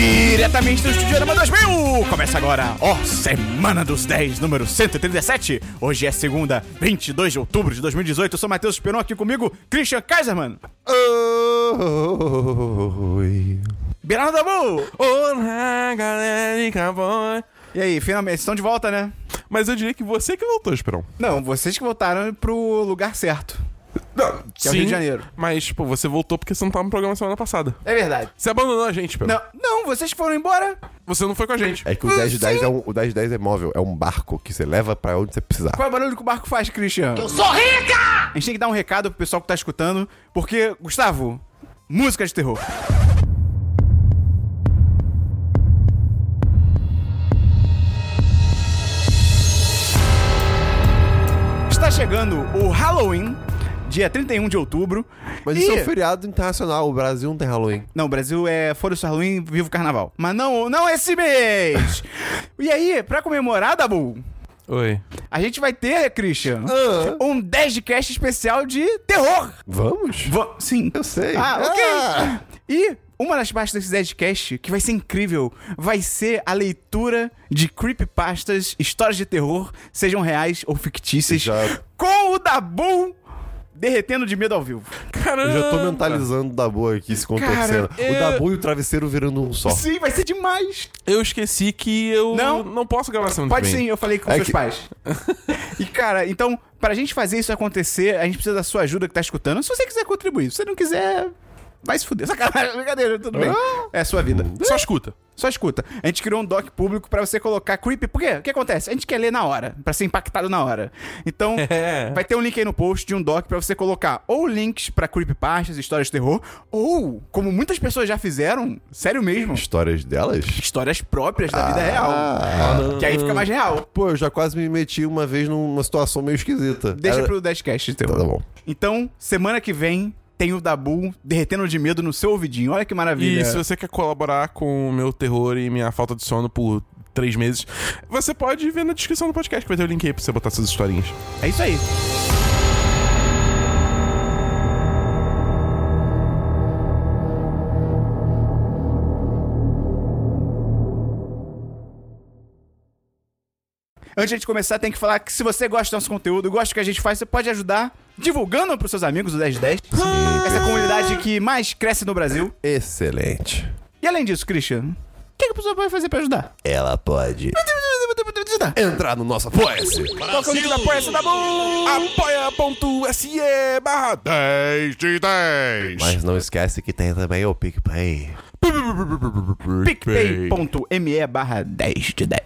diretamente do Estudiorama 2000! Começa agora, ó, Semana dos 10, número 137. Hoje é segunda, 22 de outubro de 2018. Eu sou Matheus Esperon, aqui comigo, Christian Kaiserman. Oi. Bernardo Dabu! Olá, galera, boy. E aí, finalmente, vocês estão de volta, né? Mas eu diria que você que voltou, Esperão. Não, vocês que voltaram pro lugar certo. Que é o Rio de Janeiro. Mas, tipo, você voltou porque você não tava no programa semana passada. É verdade. Você abandonou a gente, Esperão. Não, não, vocês foram embora. Você não foi com a gente. É que o 10 de 10 é um, o 10 de 10 é móvel, é um barco que você leva pra onde você precisar. Qual é o barulho que o barco faz, Christian? Eu sou rica! A gente tem que dar um recado pro pessoal que tá escutando, porque, Gustavo, música de terror. Está chegando o Halloween, dia 31 de outubro. Mas e- isso é um feriado internacional, o Brasil não tem Halloween. Não, o Brasil é fora o Halloween, viva o carnaval. Mas não, não é esse mês! e aí, pra comemorar, Dabu, Oi. a gente vai ter, Christian, Ah. um 10 de cast especial de terror. Vamos? Va- Sim. Eu sei. Ah, ok. Ah. E uma das partes desse Zedcast, que vai ser incrível, vai ser a leitura de creepypastas, histórias de terror, sejam reais ou fictícias, Já- com o Dabu derretendo de medo ao vivo. Caramba. Eu já tô mentalizando o Dabu aqui se contorcendo. ah. Cara, eu- O Dabu e o travesseiro virando um só. Sim, vai ser demais. Eu esqueci que eu Não. não, posso gravar semana Pode que vem. sim, eu falei com É seus que- pais. e cara, então, pra gente fazer isso acontecer, a gente precisa da sua ajuda que tá escutando. Se você quiser contribuir, se você não quiser, vai se fuder. Sacanagem, brincadeira, tudo bem. É a sua vida. Só escuta. Só escuta. A gente criou um doc público pra você colocar creepy. Por quê? O que acontece? A gente quer ler na hora, pra ser impactado na hora. Então, É. vai ter um link aí no post de um doc pra você colocar ou links pra creepypastas, histórias de terror, ou, como muitas pessoas já fizeram, sério mesmo, Histórias delas? histórias próprias da vida Ah. real. Que aí fica mais real. Pô, eu já quase me meti uma vez numa situação meio esquisita. Deixa Era- pro 10cast de terror. Tá bom. Então, semana que vem tem o Dabu derretendo de medo no seu ouvidinho. Olha que maravilha. E se você quer colaborar com o meu terror e minha falta de sono por três meses, você pode ver na descrição do podcast que vai ter o link aí pra você botar suas historinhas. É isso aí. Antes de começar, tem que falar que se você gosta do nosso conteúdo, gosta do que a gente faz, você pode ajudar divulgando para seus amigos o 1010. Essa comunidade que mais cresce no Brasil. Excelente. E além disso, Christian, o que, que a pessoa pode fazer para ajudar? Ela pode entrar no nosso apoia-se. Qual que é o link da Apoia-se, Dabu? apoia.se barra 10 de 10 Mas não esquece que tem também o PicPay. picpay.me barra 10 de 10.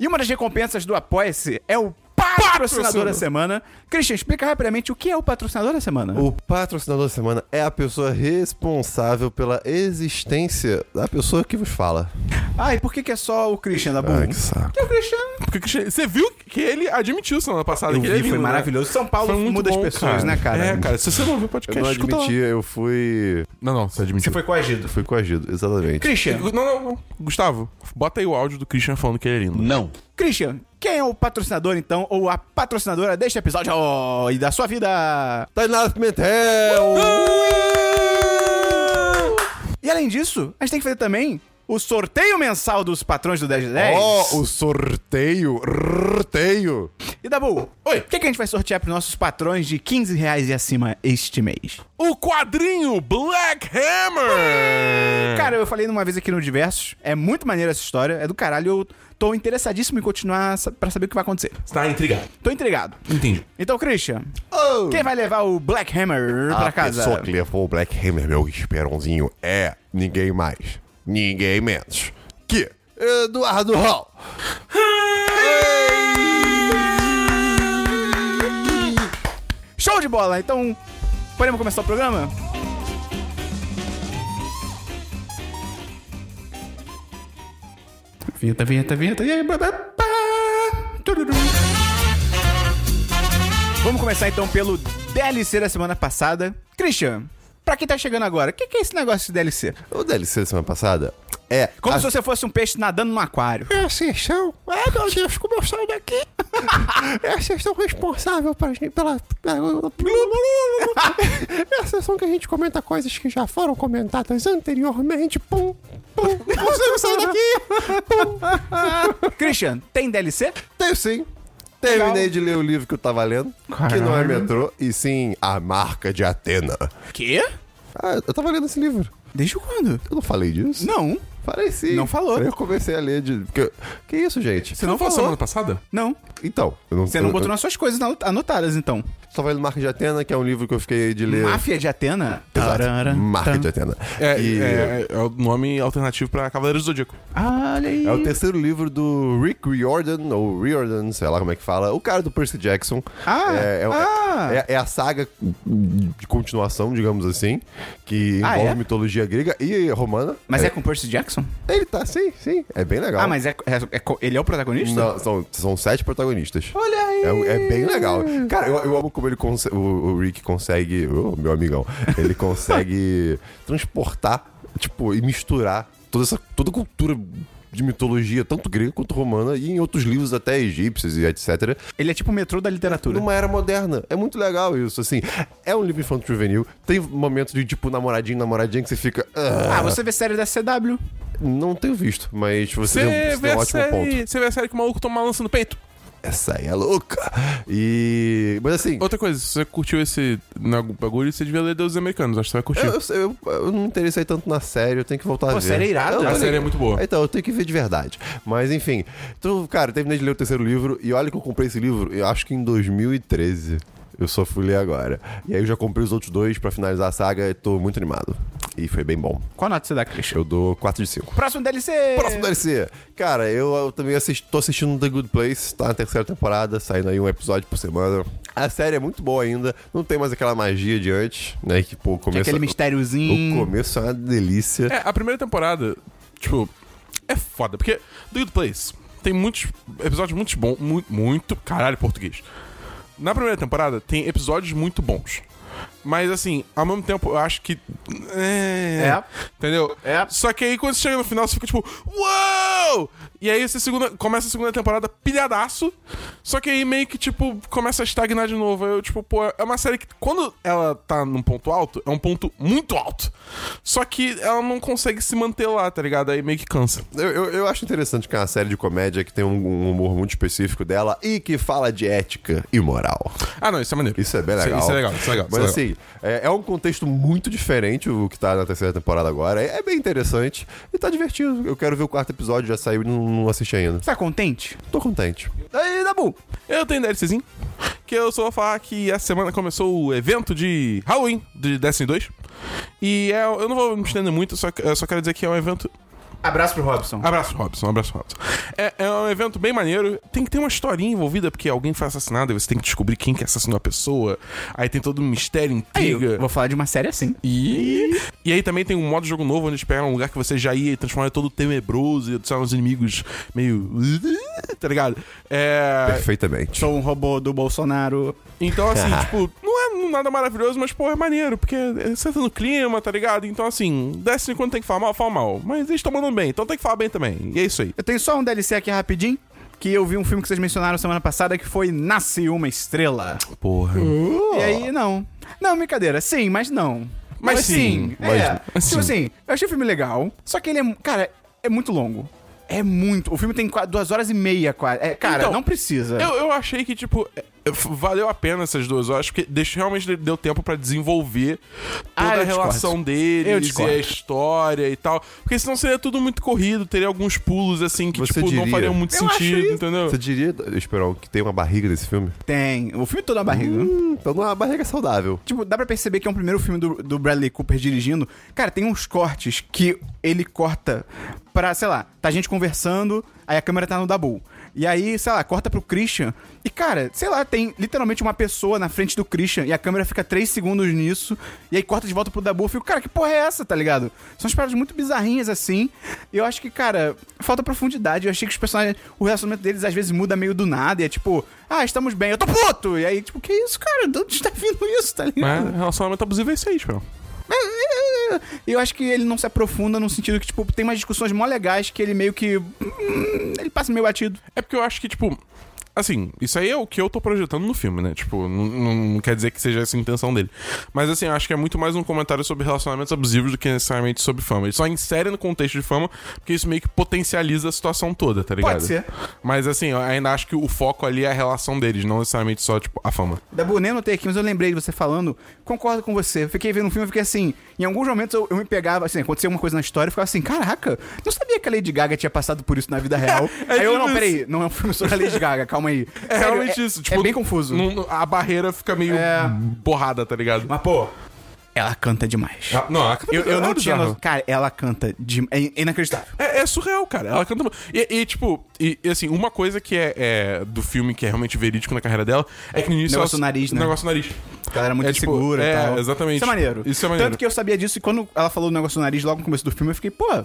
E uma das recompensas do Apoia-se é o patrocinador da semana. Christian, explica rapidamente o que é o patrocinador da semana. O patrocinador da semana é a pessoa responsável pela existência da pessoa que vos fala. Ah, e por que, que é só o Christian da Boom? saco. o Christian Porque Cristiano- Você viu que ele admitiu semana passada que ele é foi lindo, né? maravilhoso. São Paulo Foi muito muda as bom, pessoas, né, cara? É, cara, se você não viu o podcast, Eu não escuta lá. admiti, eu fui. Não, não, você admitiu. coagido. fui coagido, exatamente. Christian, Não, não, não. Gustavo, bota aí o áudio do Christian falando que ele é lindo. Não. Christian, quem é o patrocinador, então, ou a patrocinadora deste episódio oh, e da sua vida? Tainara Pimentel! E além disso, a gente tem que fazer também o sorteio mensal dos patrões do 10 de 10. Ó, Oh, o sorteio! Sorteio! E Dabu, Oi. o que, que a gente vai sortear pros nossos patrões de 15 reais e acima este mês? O quadrinho Black Hammer! Cara, eu falei numa vez aqui no Diversos, é muito maneiro essa história, é do caralho, eu tô interessadíssimo em continuar sa- pra saber o que vai acontecer. Você tá intrigado. Tô intrigado. Entendi. Então, Christian, Oh. quem vai levar o Black Hammer pra casa? A pessoa que levou o Black Hammer, meu esperãozinho, é ninguém mais, ninguém menos que Eduardo Hall. Show de bola! Então, podemos começar o programa? Vinheta, vinheta, vinheta. E aí, blá, blá, pá, tururu. Vamos começar então pelo DLC da semana passada. Christian, pra quem tá chegando agora, o que, que é esse negócio de DLC? O DLC da semana passada é... Como a- se você fosse um peixe nadando no aquário. É vocês são. Ah, meu Deus, como eu saio daqui? É vocês são responsáveis pra gente, pela. É a sessão que a gente comenta coisas que já foram comentadas anteriormente. Pum, Não consigo sair daqui! Christian, tem DLC? Tenho sim. Terminei de ler o livro que eu tava lendo, que não é metrô, e sim A Marca de Atena. Quê? Ah, eu tava lendo esse livro. Desde quando? Eu não falei disso? Não. Falei sim. Não falou. Eu comecei a ler de. porque- Que isso, gente? Você não falou semana passada? Não. Então, eu não Você não eu- botou eu, nas suas coisas anot- anotadas, então. Só vai no Marca de Atena, que é um livro que eu fiquei de ler. Máfia de Atena? Exato. Tarara, Marca tam. de Atena. É, E- é, é o nome alternativo pra Cavaleiros do Zodíaco. Ah, Olha aí. É o terceiro livro do Rick Riordan, ou Riordan, sei lá como é que fala. O cara do Percy Jackson. Ah, é, é, ah. é- é a saga de continuação, digamos assim, que Ah, envolve é? mitologia grega e romana. Mas é. com Percy Jackson? Ele tá, sim, sim. É bem legal. Ah, mas é, é- é co- ele é o protagonista? Não, são, são sete protagonistas. Olha aí. É, um- é bem legal. Cara, eu, eu amo como ele conse- o, o Rick consegue. ô, meu amigão. Ele consegue transportar, tipo, e misturar toda essa toda a cultura de mitologia, tanto grega quanto romana, e em outros livros até egípcios e etc. Ele é tipo o metrô da literatura. Numa era moderna. É muito legal isso, assim. É um livro infanto juvenil. Tem momentos de, tipo, namoradinho, namoradinha, que você fica. "Ah, Ah, você vê série da CW. Não tenho visto, mas você, deu- você Você vê, deu um a ótimo ponto. série, você vê a série que o maluco toma uma lança no peito. Essa aí é louca. E. Mas assim. Outra coisa, se você curtiu esse na- bagulho, você devia ler Deuses Americanos. Acho que você vai curtir. Eu, eu, eu, eu não me interessei tanto na série, eu tenho que voltar a Pô, ver. a série é irada. Eu- a eu- série é muito boa. Então, eu tenho que ver de verdade. Mas enfim. Então, cara, eu terminei de ler o terceiro livro e olha que eu comprei esse livro, eu acho que em 2013. Eu só fui ler agora. E aí eu já comprei os outros dois pra finalizar a saga e tô muito animado. E foi bem bom. Qual nota você dá, Christian? Eu dou 4 de 5. Próximo DLC! Próximo DLC. Cara, eu, eu também assisti, tô assistindo The Good Place, tá na terceira temporada, saindo aí um episódio por semana. A série é muito boa ainda, não tem mais aquela magia de antes, né? Que, pô, Que é começa, aquele o mistériozinho. começo é uma delícia. É, a primeira temporada, tipo, é foda. Porque The Good Place tem muitos episódios muito bons. Muito, muito. Caralho, português. Na primeira temporada tem episódios muito bons. Mas assim, ao mesmo tempo, eu acho que. É. É. Entendeu? É. Só que aí quando você chega no final, você fica tipo, uou! E aí essa segunda, começa a segunda temporada pilhadaço. Só que aí meio que, tipo, começa a estagnar de novo. Aí eu, tipo, pô, é uma série que quando ela tá num ponto alto, é um ponto muito alto. Só que ela não consegue se manter lá, tá ligado? Aí meio que cansa. Eu, eu, eu acho interessante que é uma série de comédia que tem um, um humor muito específico dela e que fala de ética e moral. Ah, não, isso é maneiro. Isso é bem legal. Isso, é legal, isso é legal. Mas isso é legal. assim, é, é um contexto muito diferente o que tá na terceira temporada agora. É, é bem interessante e tá divertido. Eu quero ver o quarto episódio, já saiu e não, não assisti ainda. Você tá contente? Tô contente. Aí, Dabu! Eu tenho DLCzinho, que eu só vou falar que essa semana começou o evento de Halloween de Destiny 2. E é- eu não vou me estender muito, só, que- eu só quero dizer que é um evento. Abraço pro Robson. Ah, Abraço, Robson, abraço, Robson. É, é um evento bem maneiro. Tem que ter uma historinha envolvida, porque alguém foi assassinado e você tem que descobrir quem que assassinou a pessoa. Aí tem todo um mistério, Aí, intriga. eu vou falar de uma série assim. E... e aí também tem um modo de jogo novo onde eles pegaram um lugar que você já ia e transformaram todo tenebroso e são os inimigos meio. tá ligado? É. Perfeitamente. Sou um robô do Bolsonaro. Então, assim, tipo, não é nada maravilhoso, mas, pô, é maneiro, porque você tá no clima, tá ligado? Então, assim, Destiny quando tem que falar mal, fala mal. Mas eles estão mandando bem, então tem que falar bem também. E é isso aí. Eu tenho só um DLC aqui rapidinho. Que eu vi um filme que vocês mencionaram semana passada que foi Nasce uma Estrela. Porra. E aí, não. Não, brincadeira. Sim, mas não. Mas sim, Mas, é. mas Tipo sim. assim, eu achei o filme legal, só que ele é... Cara, é muito longo. É muito. O filme tem qua- duas horas e meia quase. É, cara, Então, não precisa. Eu, eu achei que, tipo, é, é, f- valeu a pena essas duas horas, porque deixou, realmente deu tempo pra desenvolver toda Ah, eu a relação Eu deles e discordo. a história e tal. Porque senão seria tudo muito corrido, teria alguns pulos, assim, que, Você tipo, não diria. fariam muito Eu acho sentido, isso. entendeu? Você diria, Esperão, que tem uma barriga nesse filme? Tem. O filme todo na barriga. Hum, então não é uma barriga saudável. Tipo, dá pra perceber que é um primeiro filme do, do Bradley Cooper dirigindo. Cara, tem uns cortes que ele corta pra, sei lá, tá a gente conversando, aí a câmera tá no Dabu. E aí, sei lá, corta pro Christian. E, cara, sei lá, tem literalmente uma pessoa na frente do Christian e a câmera fica 3 segundos nisso. E aí corta de volta pro Dabu. Eu fico, cara, que porra é essa, tá ligado? São umas paradas muito bizarrinhas assim. E eu acho que, cara, falta profundidade. Eu achei que os personagens, o relacionamento deles às vezes muda meio do nada. E é tipo, ah, estamos bem, eu tô puto! E aí, tipo, que isso, cara? De onde tá vindo isso, tá ligado? Mas relacionamento abusivo é isso aí, tipo. E eu acho que ele não se aprofunda no sentido que, tipo, tem umas discussões mó legais que ele meio que. hum, Ele passa meio batido. É porque eu acho que, tipo, Assim, isso aí é o que eu tô projetando no filme, né? Tipo, não- não não quer dizer que seja essa a intenção dele. Mas assim, eu acho que é muito mais um comentário sobre relacionamentos abusivos do que necessariamente sobre fama. Ele só insere no contexto de fama, porque isso meio que potencializa a situação toda, tá ligado? ser. Mas assim, eu ainda acho que o foco ali é a relação deles, não necessariamente só, tipo, a fama. Dabu, nem anotei aqui, mas eu lembrei de você falando. Concordo com você. Fiquei vendo um filme e fiquei assim. Em alguns momentos eu, eu me pegava, assim, acontecia alguma coisa na história e ficava assim: caraca, não sabia que a Lady Gaga tinha passado por isso na vida real. É aí eu, não, tipo peraí, não é um filme sobre a Lady Gaga, calma aí. É Sério, realmente é- isso. Tipo, é bem confuso. não- não- a barreira fica meio É. borrada, tá ligado? Mas, pô, ela canta demais. Ah, Não, a- Eu, eu não tinha. é bizarro. noção. Cara, ela canta de. É inacreditável. É, é surreal, cara. Ela canta. mu- E, e, tipo, e, e, assim, uma coisa que é, é do filme que é realmente verídico na carreira dela é que no início. Negócio do ela- nariz, né? Negócio do nariz. A galera muito É, tipo, segura é, e tal. exatamente. Isso é maneiro. Isso é maneiro. Tanto que eu sabia disso e quando ela falou o negócio do nariz logo no começo do filme, eu fiquei, pô,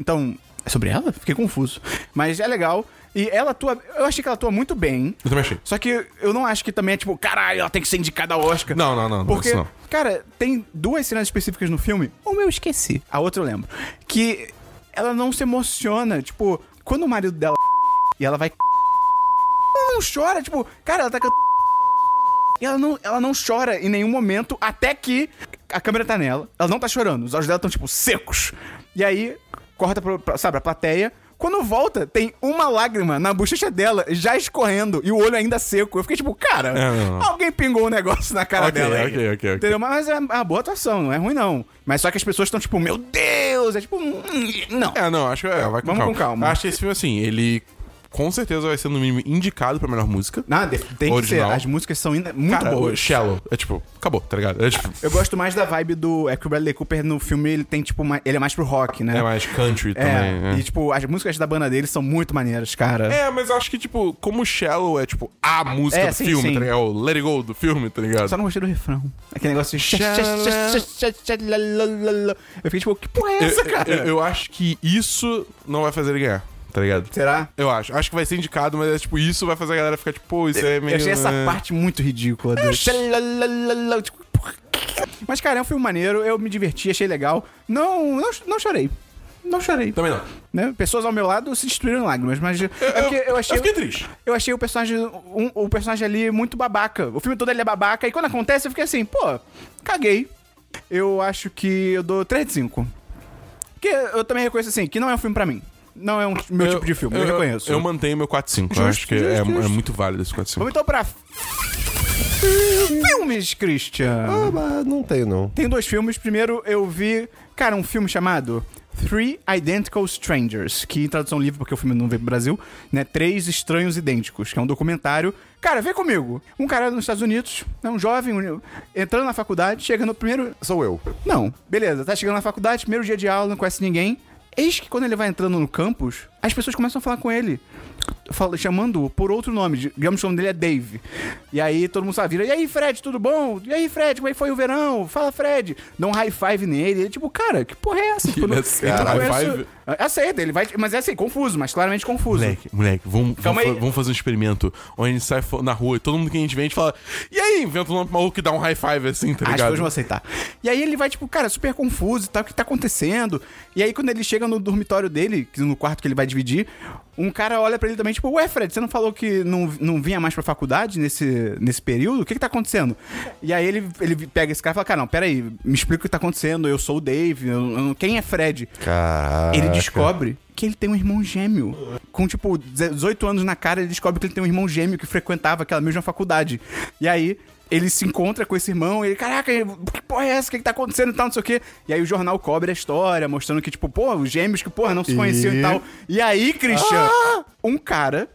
então. É sobre ela? Fiquei confuso. Mas é legal. E ela atua. Eu achei que ela atua muito bem. Eu também achei. Só que eu não acho que também é tipo, caralho, ela tem que ser indicada ao Oscar. Não, não, não, não, Porque, isso não. cara, tem duas cenas específicas no filme. Uma eu esqueci, a outra eu lembro. Que ela não se emociona. Tipo, quando o marido dela. E ela vai. Ela não chora, tipo, cara, ela tá cantando. E ela não, ela não chora em nenhum momento, até que a câmera tá nela. Ela não tá chorando, os olhos dela estão, tipo, secos. E aí, corta, pro, pra, sabe, a plateia. Quando volta, tem uma lágrima na bochecha dela, já escorrendo, e o olho ainda seco. Eu fiquei tipo, cara, não, não. alguém pingou um negócio na cara Ok, dela. aí. ok, ok, ok. Entendeu? Mas é uma boa atuação, não é ruim não. Mas só que as pessoas estão tipo, meu Deus! É tipo, "Hum, não. É, não, acho que é, vai com Vamos calma. com calma. Acho que esse filme, assim, ele com certeza vai ser, no mínimo, indicado pra melhor música. Nada, tem Original. que ser. As músicas são ainda muito Cara, o boas. Shallow. É tipo, acabou, tá ligado? É tipo. Eu gosto mais da vibe do. É que o Bradley Cooper no filme ele tem, tipo, uma- ele é mais pro rock, né? É mais country É, também. e é. tipo, as músicas da banda dele são muito maneiras, cara. É, mas eu acho que, tipo, como Shallow é, tipo, a música É, do sim, filme, sim. tá ligado? É o Let It Go do filme, tá ligado? Só não gostei do refrão. Aquele negócio de. Eu fiquei tipo, que porra é Eu- essa, eu- cara? Eu, eu acho que isso não vai fazer ele ganhar, tá ligado? Será? Eu acho. Acho que vai ser indicado, mas é tipo, isso vai fazer a galera ficar tipo, pô, isso é meio. Eu achei essa né? parte muito ridícula. Do... Tchalalala, tipo, por quê? Mas, cara, é um filme maneiro, eu me diverti, achei legal. Não, não, não chorei. Não chorei. Também não. né? Pessoas ao meu lado se destruíram em lágrimas, mas. É porque eu achei. Eu fiquei triste. Eu achei o personagem, um- o personagem ali muito babaca. O filme todo ele é babaca. E quando acontece, eu fiquei assim, pô, caguei. Eu acho que eu dou 3 de 5. Porque eu também reconheço assim, que não é um filme pra mim. Não é um meu tipo de filme, eu, reconheço. Eu mantenho meu 4-5. Eu Justo, acho que é, justo, é justo. muito válido esse 4-5. Vamos então pra. filmes, Christian. Ah, mas não tenho, não. Tem dois filmes. Primeiro, eu vi, cara, um filme chamado Three Identical Strangers, que em tradução livre, porque o filme não veio pro Brasil, né? Três Estranhos Idênticos, que é um documentário. Cara, vem comigo. Um cara nos Estados Unidos, né, um jovem, um- entrando na faculdade, chega no primeiro. Sou eu. Não, beleza, tá chegando na faculdade, primeiro dia de aula, não conhece ninguém. Eis que quando ele vai entrando no campus, as pessoas começam a falar com ele. fala- Chamando-o por outro nome, digamos que o nome dele é Dave. E aí todo mundo sabe, vira, e aí Fred, tudo bom? E aí Fred, como é que foi o verão? Fala Fred. Dá um high five nele. Ele tipo, cara, que porra é essa? Tipo, Ele não- aceita eu não high conheço- five? Aceita, ele vai, mas é assim, confuso, mas claramente confuso. Moleque, moleque, vamos, Calma vamos, fa- aí. vamos fazer um experimento onde a gente sai fo- na rua e todo mundo que a gente vê, a gente fala, e aí, inventa um nome maluco que dá um high five assim, tá As ligado? pessoas vão aceitar. E aí ele vai, tipo, cara, super confuso e tal, o que tá acontecendo? E aí quando ele chega no dormitório dele, que- no quarto que ele vai dividir, um cara olha pra ele também, tipo, ué, Fred, você não falou que não, não vinha mais pra faculdade nesse, nesse período? O que que tá acontecendo? E aí ele, ele pega esse cara e fala, cara, não, peraí, me explica o que tá acontecendo, eu sou o Dave, eu- eu- quem é Fred? Caraca. Ele descobre que ele tem um irmão gêmeo. Com, tipo, 18 anos na cara, ele descobre que ele tem um irmão gêmeo que frequentava aquela mesma faculdade. E aí, ele se encontra com esse irmão, ele, caraca, que porra é essa? O que, que tá acontecendo e tal, não sei o quê. E aí o jornal cobre a história, mostrando que, tipo, pô, os gêmeos que, porra, não se conheciam e, tal. E aí, Christian, um cara,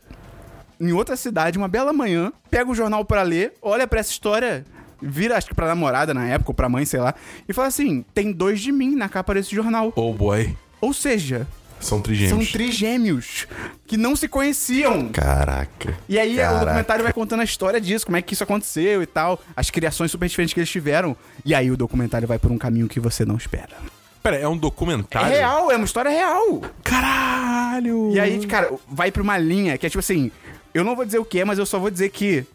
em outra cidade, uma bela manhã, pega o jornal pra ler, olha pra essa história. Vira, acho que pra namorada na época, ou pra mãe, sei lá, e fala assim: tem dois de mim na capa desse jornal. Oh boy, Ou seja, são são trigêmeos. trigêmeos que não se conheciam. Caraca. E aí o Caraca. documentário vai contando a história disso, como é que isso aconteceu e tal, as criações super diferentes que eles tiveram. E aí o documentário vai por um caminho que você não espera. Pera, é um É documentário? real, é uma história real. Caralho! E aí, cara, vai pra uma linha que é tipo assim, eu não vou dizer o que é, mas eu só vou dizer que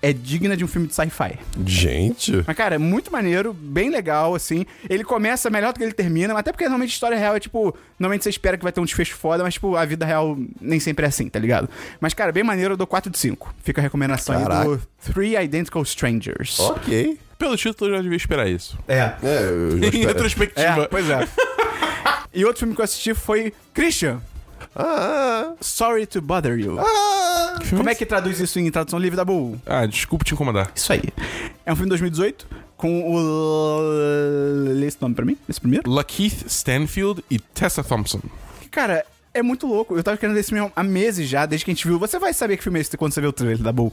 é digna de um filme de sci-fi. Gente. Mas, cara, é muito maneiro, bem legal, assim. Ele começa melhor do que ele termina, mas até porque normalmente história real é tipo. Normalmente você espera que vai ter um desfecho foda, mas, tipo, a vida real nem sempre é assim, tá ligado? Mas, cara, bem maneiro, eu dou 4 de 5. Fica a recomendação aí Caraca. do Three Identical Strangers. Ok. Pelo título, eu já devia esperar isso. É. É, eu já em espero. retrospectiva. pois é. e outro filme que eu assisti foi Christian, Ah, Sorry to Bother You. ah. Como é que traduz isso em tradução livre da Bull? Ah, desculpa te incomodar. Isso aí. É um filme de 2018 com o. Lê esse nome pra mim? Esse primeiro? Lakeith Stanfield e Tessa Thompson. Cara, é muito louco. Eu tava querendo ver esse filme há meses já, desde que a gente viu. Você vai saber que filme é esse quando você vê o trailer da Bull.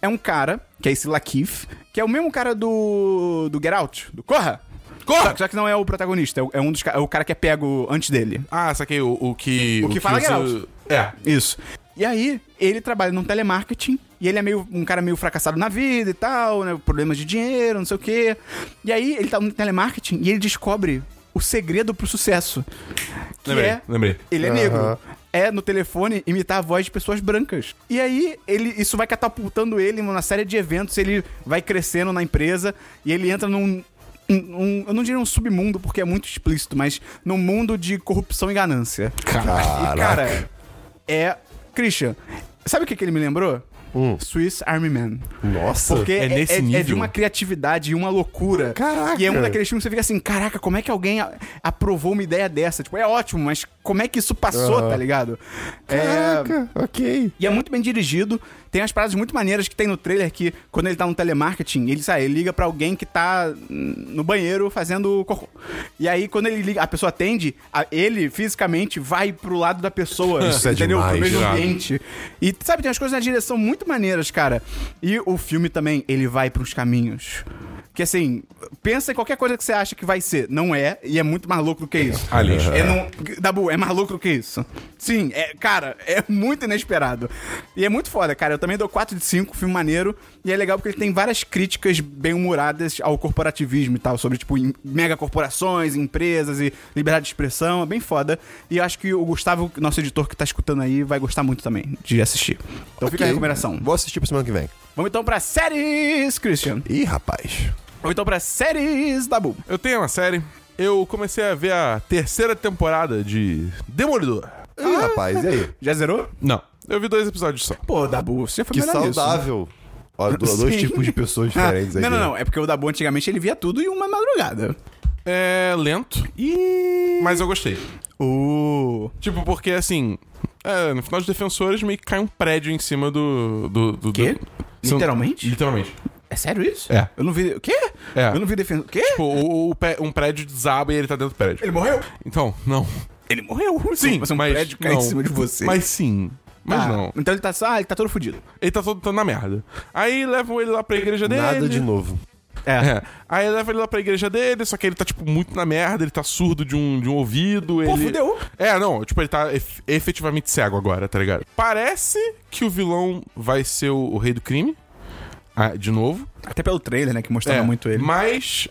É um cara, que é esse Lakif, que é o mesmo cara do. do Get Out, do Corra! Corra! Só, só que não é o protagonista, é, o- é um dos, ca- é o cara que é pego antes dele. Ah, saquei o, o que. O que fala usa- Geralt. É. Isso. E aí, ele trabalha num telemarketing e ele é meio um cara meio fracassado na vida e tal, né? Problemas de dinheiro, não sei o quê. E aí, ele tá no telemarketing e ele descobre o segredo pro sucesso. Que Lembrei, é lembrei. ele é negro. Aham. É no telefone imitar a voz de pessoas brancas. E aí, ele, isso vai catapultando ele numa série de eventos, ele vai crescendo na empresa e ele entra num. um- um- eu não diria um submundo, porque é muito explícito, mas num mundo de corrupção e ganância. E, cara, é. Christian, sabe o que, que ele me lembrou? Swiss Army Man. Nossa. Porque É é, nesse é- é de nível? uma criatividade e uma loucura. Caraca. E é um daqueles filmes que você fica assim, caraca, como é que alguém a- aprovou uma ideia dessa? Tipo, é ótimo, mas como é que isso passou, Aham. tá ligado? É, Caraca, ok. E é muito bem dirigido. Tem umas paradas muito maneiras que tem no trailer que, quando ele tá no telemarketing, ele, sai, ele liga pra alguém que tá hum, no banheiro fazendo cocô. E aí, quando ele liga, a pessoa atende, a- ele fisicamente vai pro lado da pessoa. Isso é demais, Pro mesmo irado. ambiente. E, sabe, tem umas coisas na direção muito maneiras, cara. E o filme também, ele vai pros caminhos. Que assim, pensa em qualquer coisa que você acha que vai ser. Não é, e é muito mais louco do que isso. Aliens. É não, Dabu, é mais louco do que isso. Sim, é, cara, é muito inesperado. E é muito foda, cara. Eu também dou 4 de 5, filme maneiro. E é legal porque ele tem várias críticas bem humoradas ao corporativismo e tal, sobre, tipo, em- megacorporações, empresas e liberdade de expressão. É bem foda. E eu acho que o Gustavo, nosso editor que tá escutando aí, vai gostar muito também de assistir. Então fica a Ok. recomendação. Vou assistir pra semana que vem. Vamos então pra séries, Christian. Ih, rapaz. Vamos então pra séries, Dabu. Eu tenho uma série. Eu comecei a ver a terceira temporada de Demolidor. Ih, Ah, rapaz, e aí? Já zerou? Não. Eu vi dois episódios só. Pô, Dabu, você foi Que melhor nisso. né? saudável. Ó, do- dois Sim. tipos de pessoas diferentes Ah, aí. Não, não, não. É porque o Dabu antigamente ele via tudo em uma madrugada. É lento, E. mas eu gostei. Uh. Tipo, porque assim. é, no final de Defensores meio que cai um prédio em cima do. do, do Quê? do- são- Literalmente? Literalmente. É sério isso? É. Eu não vi. O quê? É. Eu não vi defesa. O quê? Tipo, o- o pé- um prédio desaba e ele tá dentro do prédio. Ele morreu? Então, não. Ele morreu. Sim, mas um mas prédio cai não. em cima de você. Mas sim. Mas Tá. não. Então ele tá só. Ah, ele tá todo fudido. Ele tá todo, todo na merda. Aí levam ele lá pra igreja dele. Nada de novo. É. Aí leva ele lá pra igreja dele, só que ele tá, tipo, muito na merda, ele tá surdo de um, de um ouvido. Pô, ele... fudeu. É, não, tipo, ele tá ef- efetivamente cego agora, tá ligado? Parece que o vilão vai ser o, o rei do crime. Ah, de novo. É, Até pelo trailer, né? Que mostrava muito ele. Mas.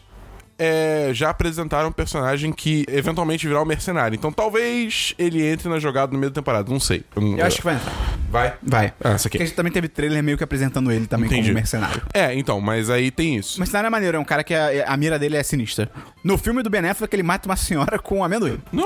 é, já apresentaram um personagem que eventualmente virá um mercenário. Então talvez ele entre na jogada no meio da temporada. Não sei. não- Eu acho que vai entrar. vai. Vai. Ah, isso aqui. Porque a gente também teve trailer meio que apresentando ele também Entendi. como mercenário. É, então, mas aí tem isso. O mercenário é maneiro, é um cara que a, a mira dele é sinistra. No filme do Ben Affleck, ele mata uma senhora com um amendoim. No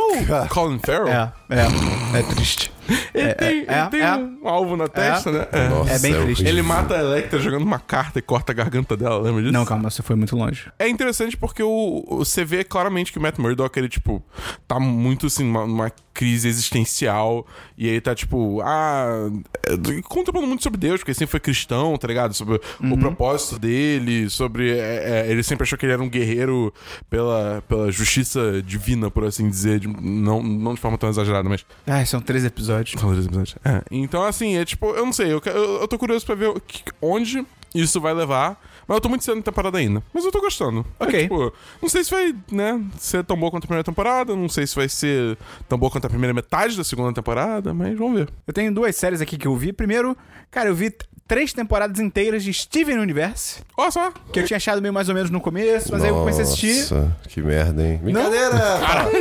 Colin Farrell, é. É triste. ele É, tem, é, ele é, tem é. um alvo na testa, né? É. Nossa, É bem triste. horrível. Ele mata a Electra jogando uma carta e corta a garganta dela, lembra disso? Não, calma, você foi muito longe. É interessante porque o, o- você vê claramente que o Matt Murdock, ele, tipo, tá muito, assim, numa, numa crise existencial. E ele tá, tipo, ah... é, Contemplando muito sobre Deus, porque ele sempre foi cristão, tá ligado? Sobre Uhum. o propósito dele, sobre... é, é, ele sempre achou que ele era um guerreiro pela, pela justiça divina, por assim dizer. de- não, não de forma tão exagerada, mas... Ah, são três episódios. São dois episódios. É, Então, assim, é tipo, eu não sei, eu, que- eu, eu tô curioso pra ver o que- onde isso vai levar. Mas eu tô muito cedo na temporada ainda. Mas eu tô gostando. Ok. É, tipo, não sei se vai, né, ser tão boa quanto a primeira temporada. Não sei se vai ser tão boa quanto a primeira metade da segunda temporada, mas vamos ver. Eu tenho duas séries aqui que eu vi. Primeiro, cara, eu vi t- três temporadas inteiras de Steven Universe, Olha só! que eu tinha achado meio mais ou menos no começo, mas aí eu comecei a assistir. né? Nossa, que merda, hein? Brincadeira! Cara,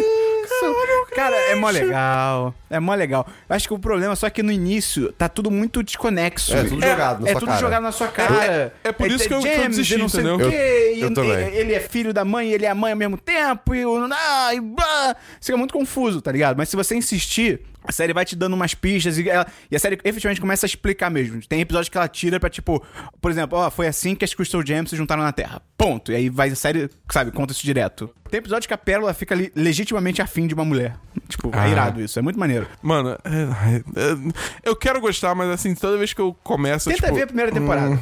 Cara, é mó legal. É mó legal. Acho que o problema só é que no início tá tudo muito desconexo. É, tudo jogado na é sua tudo cara. jogado na sua cara. É- é por isso que eu- que eu James, desisti, e não sei entendeu? o quê. e- Eu também. e- ele é filho da mãe, ele é a mãe ao mesmo tempo, e o. Ah, e blá. Você Fica muito confuso, tá ligado? Mas se você insistir, a série vai te dando umas pistas e, ela- e a série efetivamente começa a explicar mesmo. Tem episódios que ela tira pra, tipo, por exemplo, ó, foi assim que as Crystal Gems se juntaram na Terra. Ponto. E aí vai a série, sabe, conta isso direto. Tem episódio que a Pérola fica ali legitimamente afim de uma mulher. Tipo, Ah. é irado isso. É muito maneiro. Mano, é- é- é- eu quero gostar, mas assim, toda vez que eu começo. Tenta tipo, ver a primeira temporada.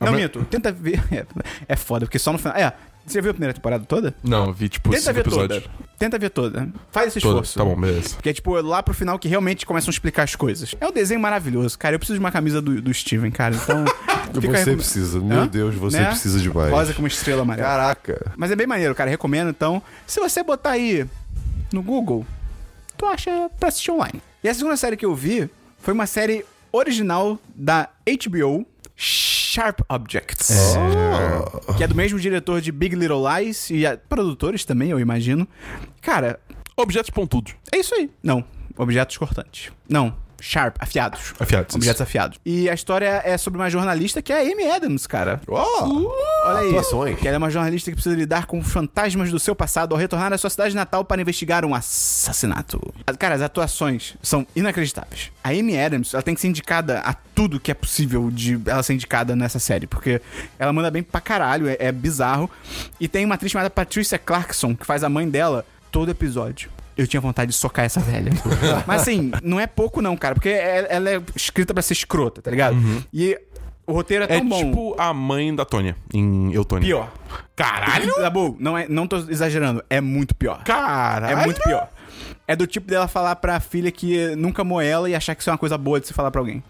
Não, mas- minto. Tenta ver. É, é foda, porque só no final. É, você viu a primeira temporada toda? Não, vi tipo Tenta cinco ver episódios. toda. Tenta ver toda. Faz esse Toda. esforço. Tá bom, beleza. Porque é tipo lá pro final que realmente começam a explicar as coisas. É um desenho maravilhoso, cara. Eu preciso de uma camisa do, do Steven, cara. Então. fica a você recome- precisa, meu Hã? Deus, você Né? precisa demais. Rosa com uma estrela amarela. Caraca. Mas é bem maneiro, cara. Recomendo. Então, se você botar aí no Google, tu acha pra assistir online. E a segunda série que eu vi foi uma série original da HBO, Sharp Objects. Que é do mesmo diretor de Big Little Lies e a- produtores também, eu imagino. Cara, Objetos pontudos. é isso aí. Não, objetos cortantes. Não, sharp, afiados. Afiados, Objetos afiados. E a história é sobre uma jornalista que é a Amy Adams, cara. Uh. Ó, Olha aí. Atuações. Que ela é uma jornalista que precisa lidar com fantasmas do seu passado ao retornar à sua cidade natal para investigar um assassinato. As- Cara, as atuações são inacreditáveis. A Amy Adams, ela tem que ser indicada a tudo que é possível de ela ser indicada nessa série, porque ela manda bem pra caralho, é, é bizarro. E tem uma atriz chamada Patricia Clarkson, que faz a mãe dela todo episódio. Eu tinha vontade de socar essa velha. Mas assim, não é pouco não, cara, porque é- ela é escrita pra ser escrota, tá ligado? E o roteiro é tão É bom. tipo a mãe da Tônia, em Eu Tônia. Pior. Caralho! Dabu, não, é, não tô exagerando, é muito pior. Caralho! É muito pior. É do tipo dela falar pra filha que nunca amou ela e achar que isso é uma coisa boa de se falar pra alguém.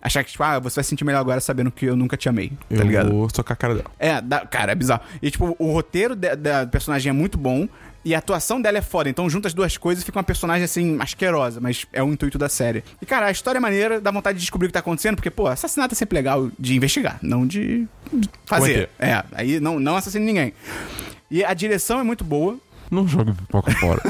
Achar que, tipo, ah, você vai se sentir melhor agora sabendo que eu nunca te amei, Eu tá ligado? vou socar a cara dela. É, da- cara, é bizarro. E, tipo, o roteiro de- da personagem é muito bom e a atuação dela é foda. Então, juntas as duas coisas, fica uma personagem, assim, asquerosa, mas é o intuito da série. E, cara, a história é maneira, dá vontade de descobrir o que tá acontecendo, porque, pô, assassinato é sempre legal de investigar, não de fazer. Cometer. É, aí não, não assassina ninguém. E a direção é muito boa, Não joga pipoca fora.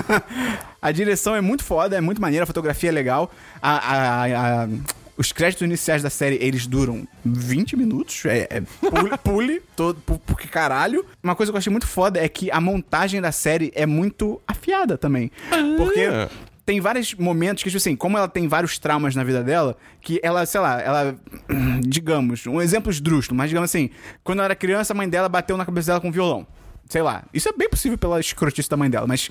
a direção é muito foda, é muito maneira, a fotografia é legal. A- a- a- a- os créditos iniciais da série, eles duram 20 minutos. É, é pule, pule todo, pu- porque caralho. Uma coisa que eu achei muito foda é que a montagem da série é muito afiada também. Porque É. tem vários momentos que, tipo assim, como ela tem vários traumas na vida dela, que ela, sei lá, ela. Digamos, um exemplo esdrúxulo, mas digamos assim, quando ela era criança, a mãe dela bateu na cabeça dela com um violão. Sei lá, isso é bem possível pela escrotice da mãe dela, mas.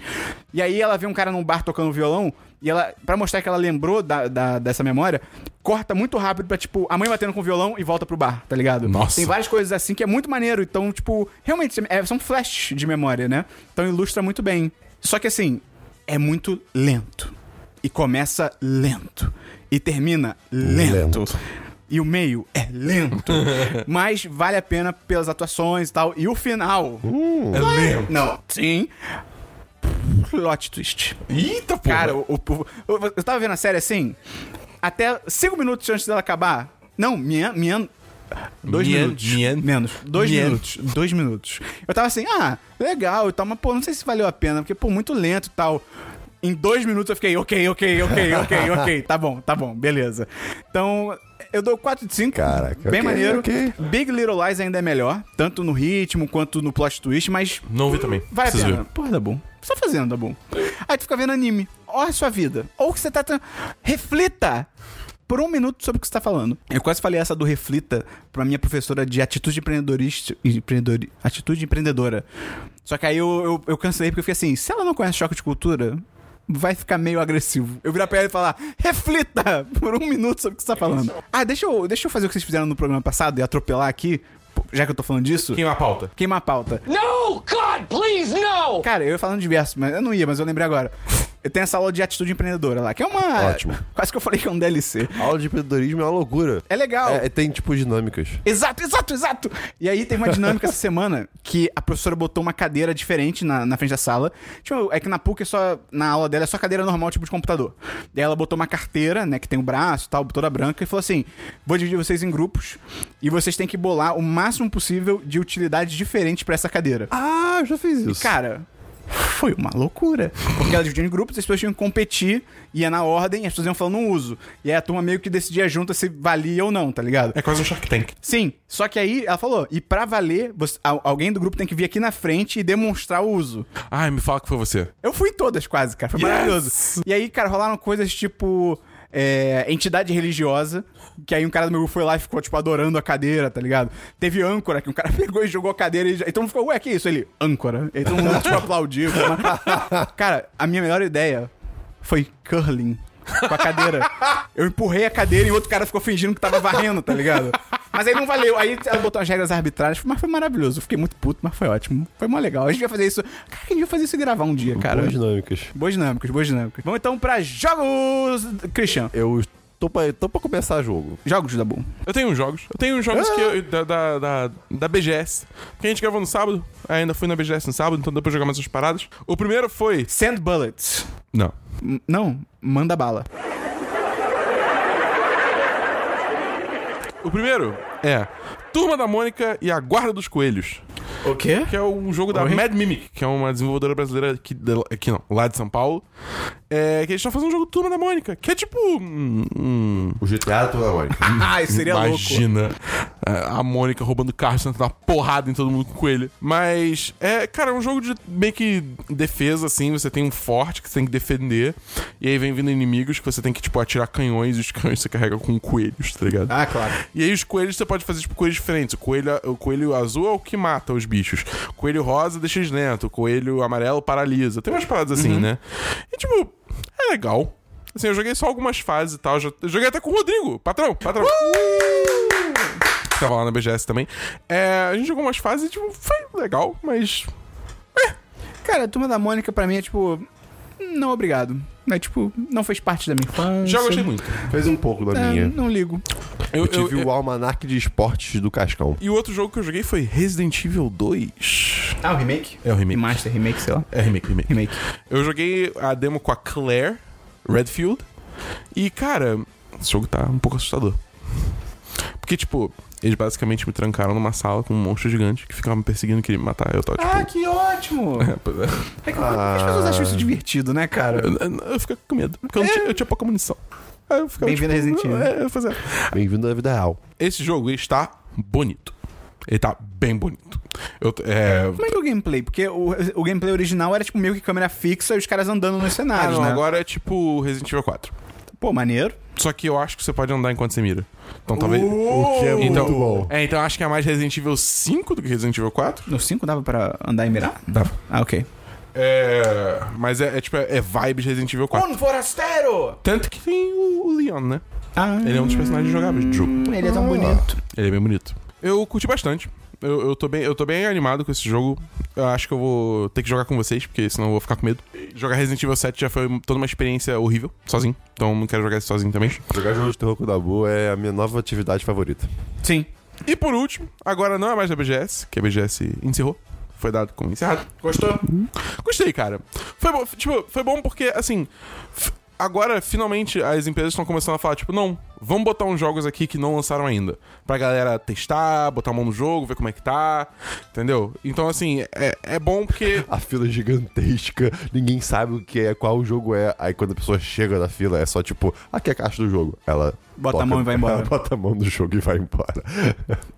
E aí ela vê um cara num bar tocando violão, e ela, pra mostrar que ela lembrou da, da- dessa memória, corta muito rápido pra, tipo, a mãe batendo com o violão e volta pro bar, tá ligado? Nossa. Tem várias coisas assim que é muito maneiro. Então, tipo, realmente é, são flash de memória, né? Então ilustra muito bem. Só que assim, é muito lento. E começa lento. E termina lento. E o meio é lento. Mas vale a pena pelas atuações e tal. E o final. é lento. Não. Sim. Plot twist. Eita, porra! Cara, o, o- o- eu tava vendo a série assim, até cinco minutos antes dela acabar. Não, minha. minha dois Minha- minutos. minha- Menos. Dois minha- minutos. Dois minutos. Eu tava assim, ah, legal e tal, mas pô, não sei se valeu a pena, porque, pô, muito lento e tal. Em dois minutos eu fiquei, ok, ok, ok, ok, ok. Tá bom, tá bom, beleza. Então, eu dou 4 de 5. Caraca, Bem ok, maneiro. ok. Big Little Lies ainda é melhor, tanto no ritmo quanto no plot twist, mas Não vi também. Vale Preciso a pena. ver. Porra, dá bom. Só fazendo, dá bom. Aí tu fica vendo anime. Olha a sua vida. Ou que você tá. tran- Reflita! Por um minuto sobre o que você tá falando. Eu quase falei essa do Reflita pra minha professora de atitude empreendedorista. Empreendedori, atitude empreendedora. Só que aí eu, eu, eu cancelei porque eu fiquei assim: se ela não conhece choque de cultura, vai ficar meio agressivo. Eu virar pra ela e falar: reflita por um minuto sobre o que você tá falando. Ah, deixa eu, deixa eu fazer o que vocês fizeram no programa passado e atropelar aqui, pô, já que eu tô falando disso. Queima é a pauta. Queimar a pauta. No! God, please, no! Cara, eu ia falando diversos, mas eu não ia, mas eu lembrei agora. Eu tenho essa aula de atitude empreendedora lá, que é uma. Ótimo. Quase que eu falei que é um DLC. Aula de empreendedorismo é uma loucura. É legal. É, tem, tipo, dinâmicas. Exato, exato, exato. E aí tem uma dinâmica essa semana que a professora botou uma cadeira diferente na, na frente da sala. Tipo, é que na PUC é só. Na aula dela é só cadeira normal, tipo de computador. E aí ela botou uma carteira, né? Que tem o braço e tal, toda branca, e falou assim: vou dividir vocês em grupos e vocês têm que bolar o máximo possível de utilidades diferentes pra essa cadeira. Ah, eu já fiz E, isso. cara, foi uma loucura. Porque ela dividiu em grupos, as pessoas tinham que competir, ia na ordem, as pessoas iam falando um uso. E aí a turma meio que decidia junto se valia ou não, tá ligado? É quase um Shark Tank. Sim, só que aí ela falou, e pra valer, você- al- alguém do grupo tem que vir aqui na frente e demonstrar o uso. Ai, me fala que foi você. Eu fui em todas quase, cara. Foi Yes! maravilhoso. E aí, cara, rolaram coisas tipo. é, entidade religiosa, que aí um cara do meu grupo foi lá e ficou, tipo, adorando a cadeira, tá ligado? Teve âncora, que um cara pegou e jogou a cadeira e já... Então ficou, ué, que isso? Ele, âncora. E aí todo mundo, tipo, aplaudiu. foi uma- Cara, a minha melhor ideia foi curling com a cadeira. Eu empurrei a cadeira e o outro cara ficou fingindo que tava varrendo, tá ligado? Mas aí não valeu. Aí ela botou as regras arbitrárias, mas foi maravilhoso. Eu fiquei muito puto, mas foi ótimo. Foi mó legal. A gente vai fazer isso. Cara, a gente vai fazer isso e gravar um dia, cara. Boas dinâmicas. Boas dinâmicas, boas dinâmicas. Vamos então pra jogos, Christian. Eu tô pra, tô pra começar jogo. Jogos da Boom. Eu tenho uns jogos. Eu tenho uns jogos que eu- da, da, da, da BGS. Porque a gente gravou no sábado, ainda fui na BGS no sábado, então deu pra jogar mais umas paradas. O primeiro foi. Send Bullets. Não. M- não, manda bala. O primeiro é Turma da Mônica e a Guarda dos Coelhos. O quê? que é um jogo da Oi? Mad Mimic, que é uma desenvolvedora brasileira aqui, de- aqui não, lá de São Paulo. É, que eles estão fazendo um jogo Turma da Mônica, que é tipo. hum, hum, O GTA tu é Mônica. Ah, isso seria louco. imagina é, a a Mônica roubando carro, sentando uma porrada em todo mundo com coelho. Mas, é, cara, é um jogo de meio que defesa, assim. Você tem um forte que você tem que defender. E aí vem vindo inimigos que você tem que, tipo, atirar canhões. E os canhões você carrega com coelhos, tá ligado? Ah, claro. E aí os coelhos você pode fazer tipo coelhos diferentes. O coelho, o coelho azul é o que mata os bichos. O coelho rosa deixa eles lentos. O coelho amarelo paralisa. Tem umas paradas Uhum. assim, né? E tipo, é legal. Assim, eu joguei só algumas fases e tal. Já, eu joguei até com o Rodrigo, patrão, patrão. Que Tava lá na BGS também. É, a gente jogou umas fases e tipo, foi legal, mas. Cara, a Turma da Mônica pra mim é tipo... Não, obrigado. É tipo, não fez parte da minha infância. Já gostei muito. Fez um pouco da É, minha. não ligo. é Eu, Eu tive o Almanac de Esportes do Cascão. E o outro jogo que eu joguei foi Resident Evil 2. Ah, o remake? É o remake. Remaster, remake, sei lá. É remake, remake. Remake. Eu joguei a demo com a Claire Redfield. E, cara, esse jogo tá um pouco assustador. Porque, tipo, eles basicamente me trancaram numa sala com um monstro gigante que ficava me perseguindo e queria me matar. Eu tava, tipo. Ah, que ótimo! É que as pessoas acham isso divertido, né, cara? Ah. Eu, eu ficava com medo. Porque eu, não tinha, eu tinha pouca munição. Aí eu ficava. Bem-vindo a Resident Evil. É, eu fazia- Bem-vindo à vida real. Esse jogo está bonito. Ele tá bem bonito. Eu, t- é, Como é que é o gameplay? Porque o, o gameplay original era tipo meio que câmera fixa e os caras andando nos ah, cenários, não, né? agora é tipo Resident Evil 4. Pô, maneiro. Só que eu acho que você pode andar enquanto você mira. Então talvez. O que é Então, muito bom. É, então acho que é mais Resident Evil 5 do que Resident Evil 4. No 5 dava pra andar e mirar? Dá. Ah, ok. É. Mas é, é tipo, é, é vibe de Resident Evil 4. forastero! Tanto que tem o, o Leon, né? Ah, Ele é um dos personagens jogáveis do jogo. ele é tão bonito. Ele é bem bonito. Eu curti bastante. Eu, eu, tô bem, eu tô bem animado com esse jogo. Eu acho que eu vou ter que jogar com vocês, porque senão eu vou ficar com medo. Jogar Resident Evil 7 já foi toda uma experiência horrível, sozinho. Então não quero jogar isso sozinho também. Jogar jogo de terror com o Dabu é a minha nova atividade favorita. Sim. E por último, agora não é mais da BGS, que a BGS encerrou. Foi dado como encerrado. Gostou? Gostei, cara. Foi bom, tipo, foi bom porque, assim. f- Agora, finalmente, as empresas estão começando a falar, tipo, não, vamos botar uns jogos aqui que não lançaram ainda. Pra galera testar, botar a mão no jogo, ver como é que tá. Entendeu? Então, assim, é, é bom porque. A fila é gigantesca, ninguém sabe o que é, qual jogo é. Aí quando a pessoa chega na fila, é só tipo, aqui é a caixa do jogo. Ela. Bota a mão e vai embora. Ela bota a mão no jogo e vai embora.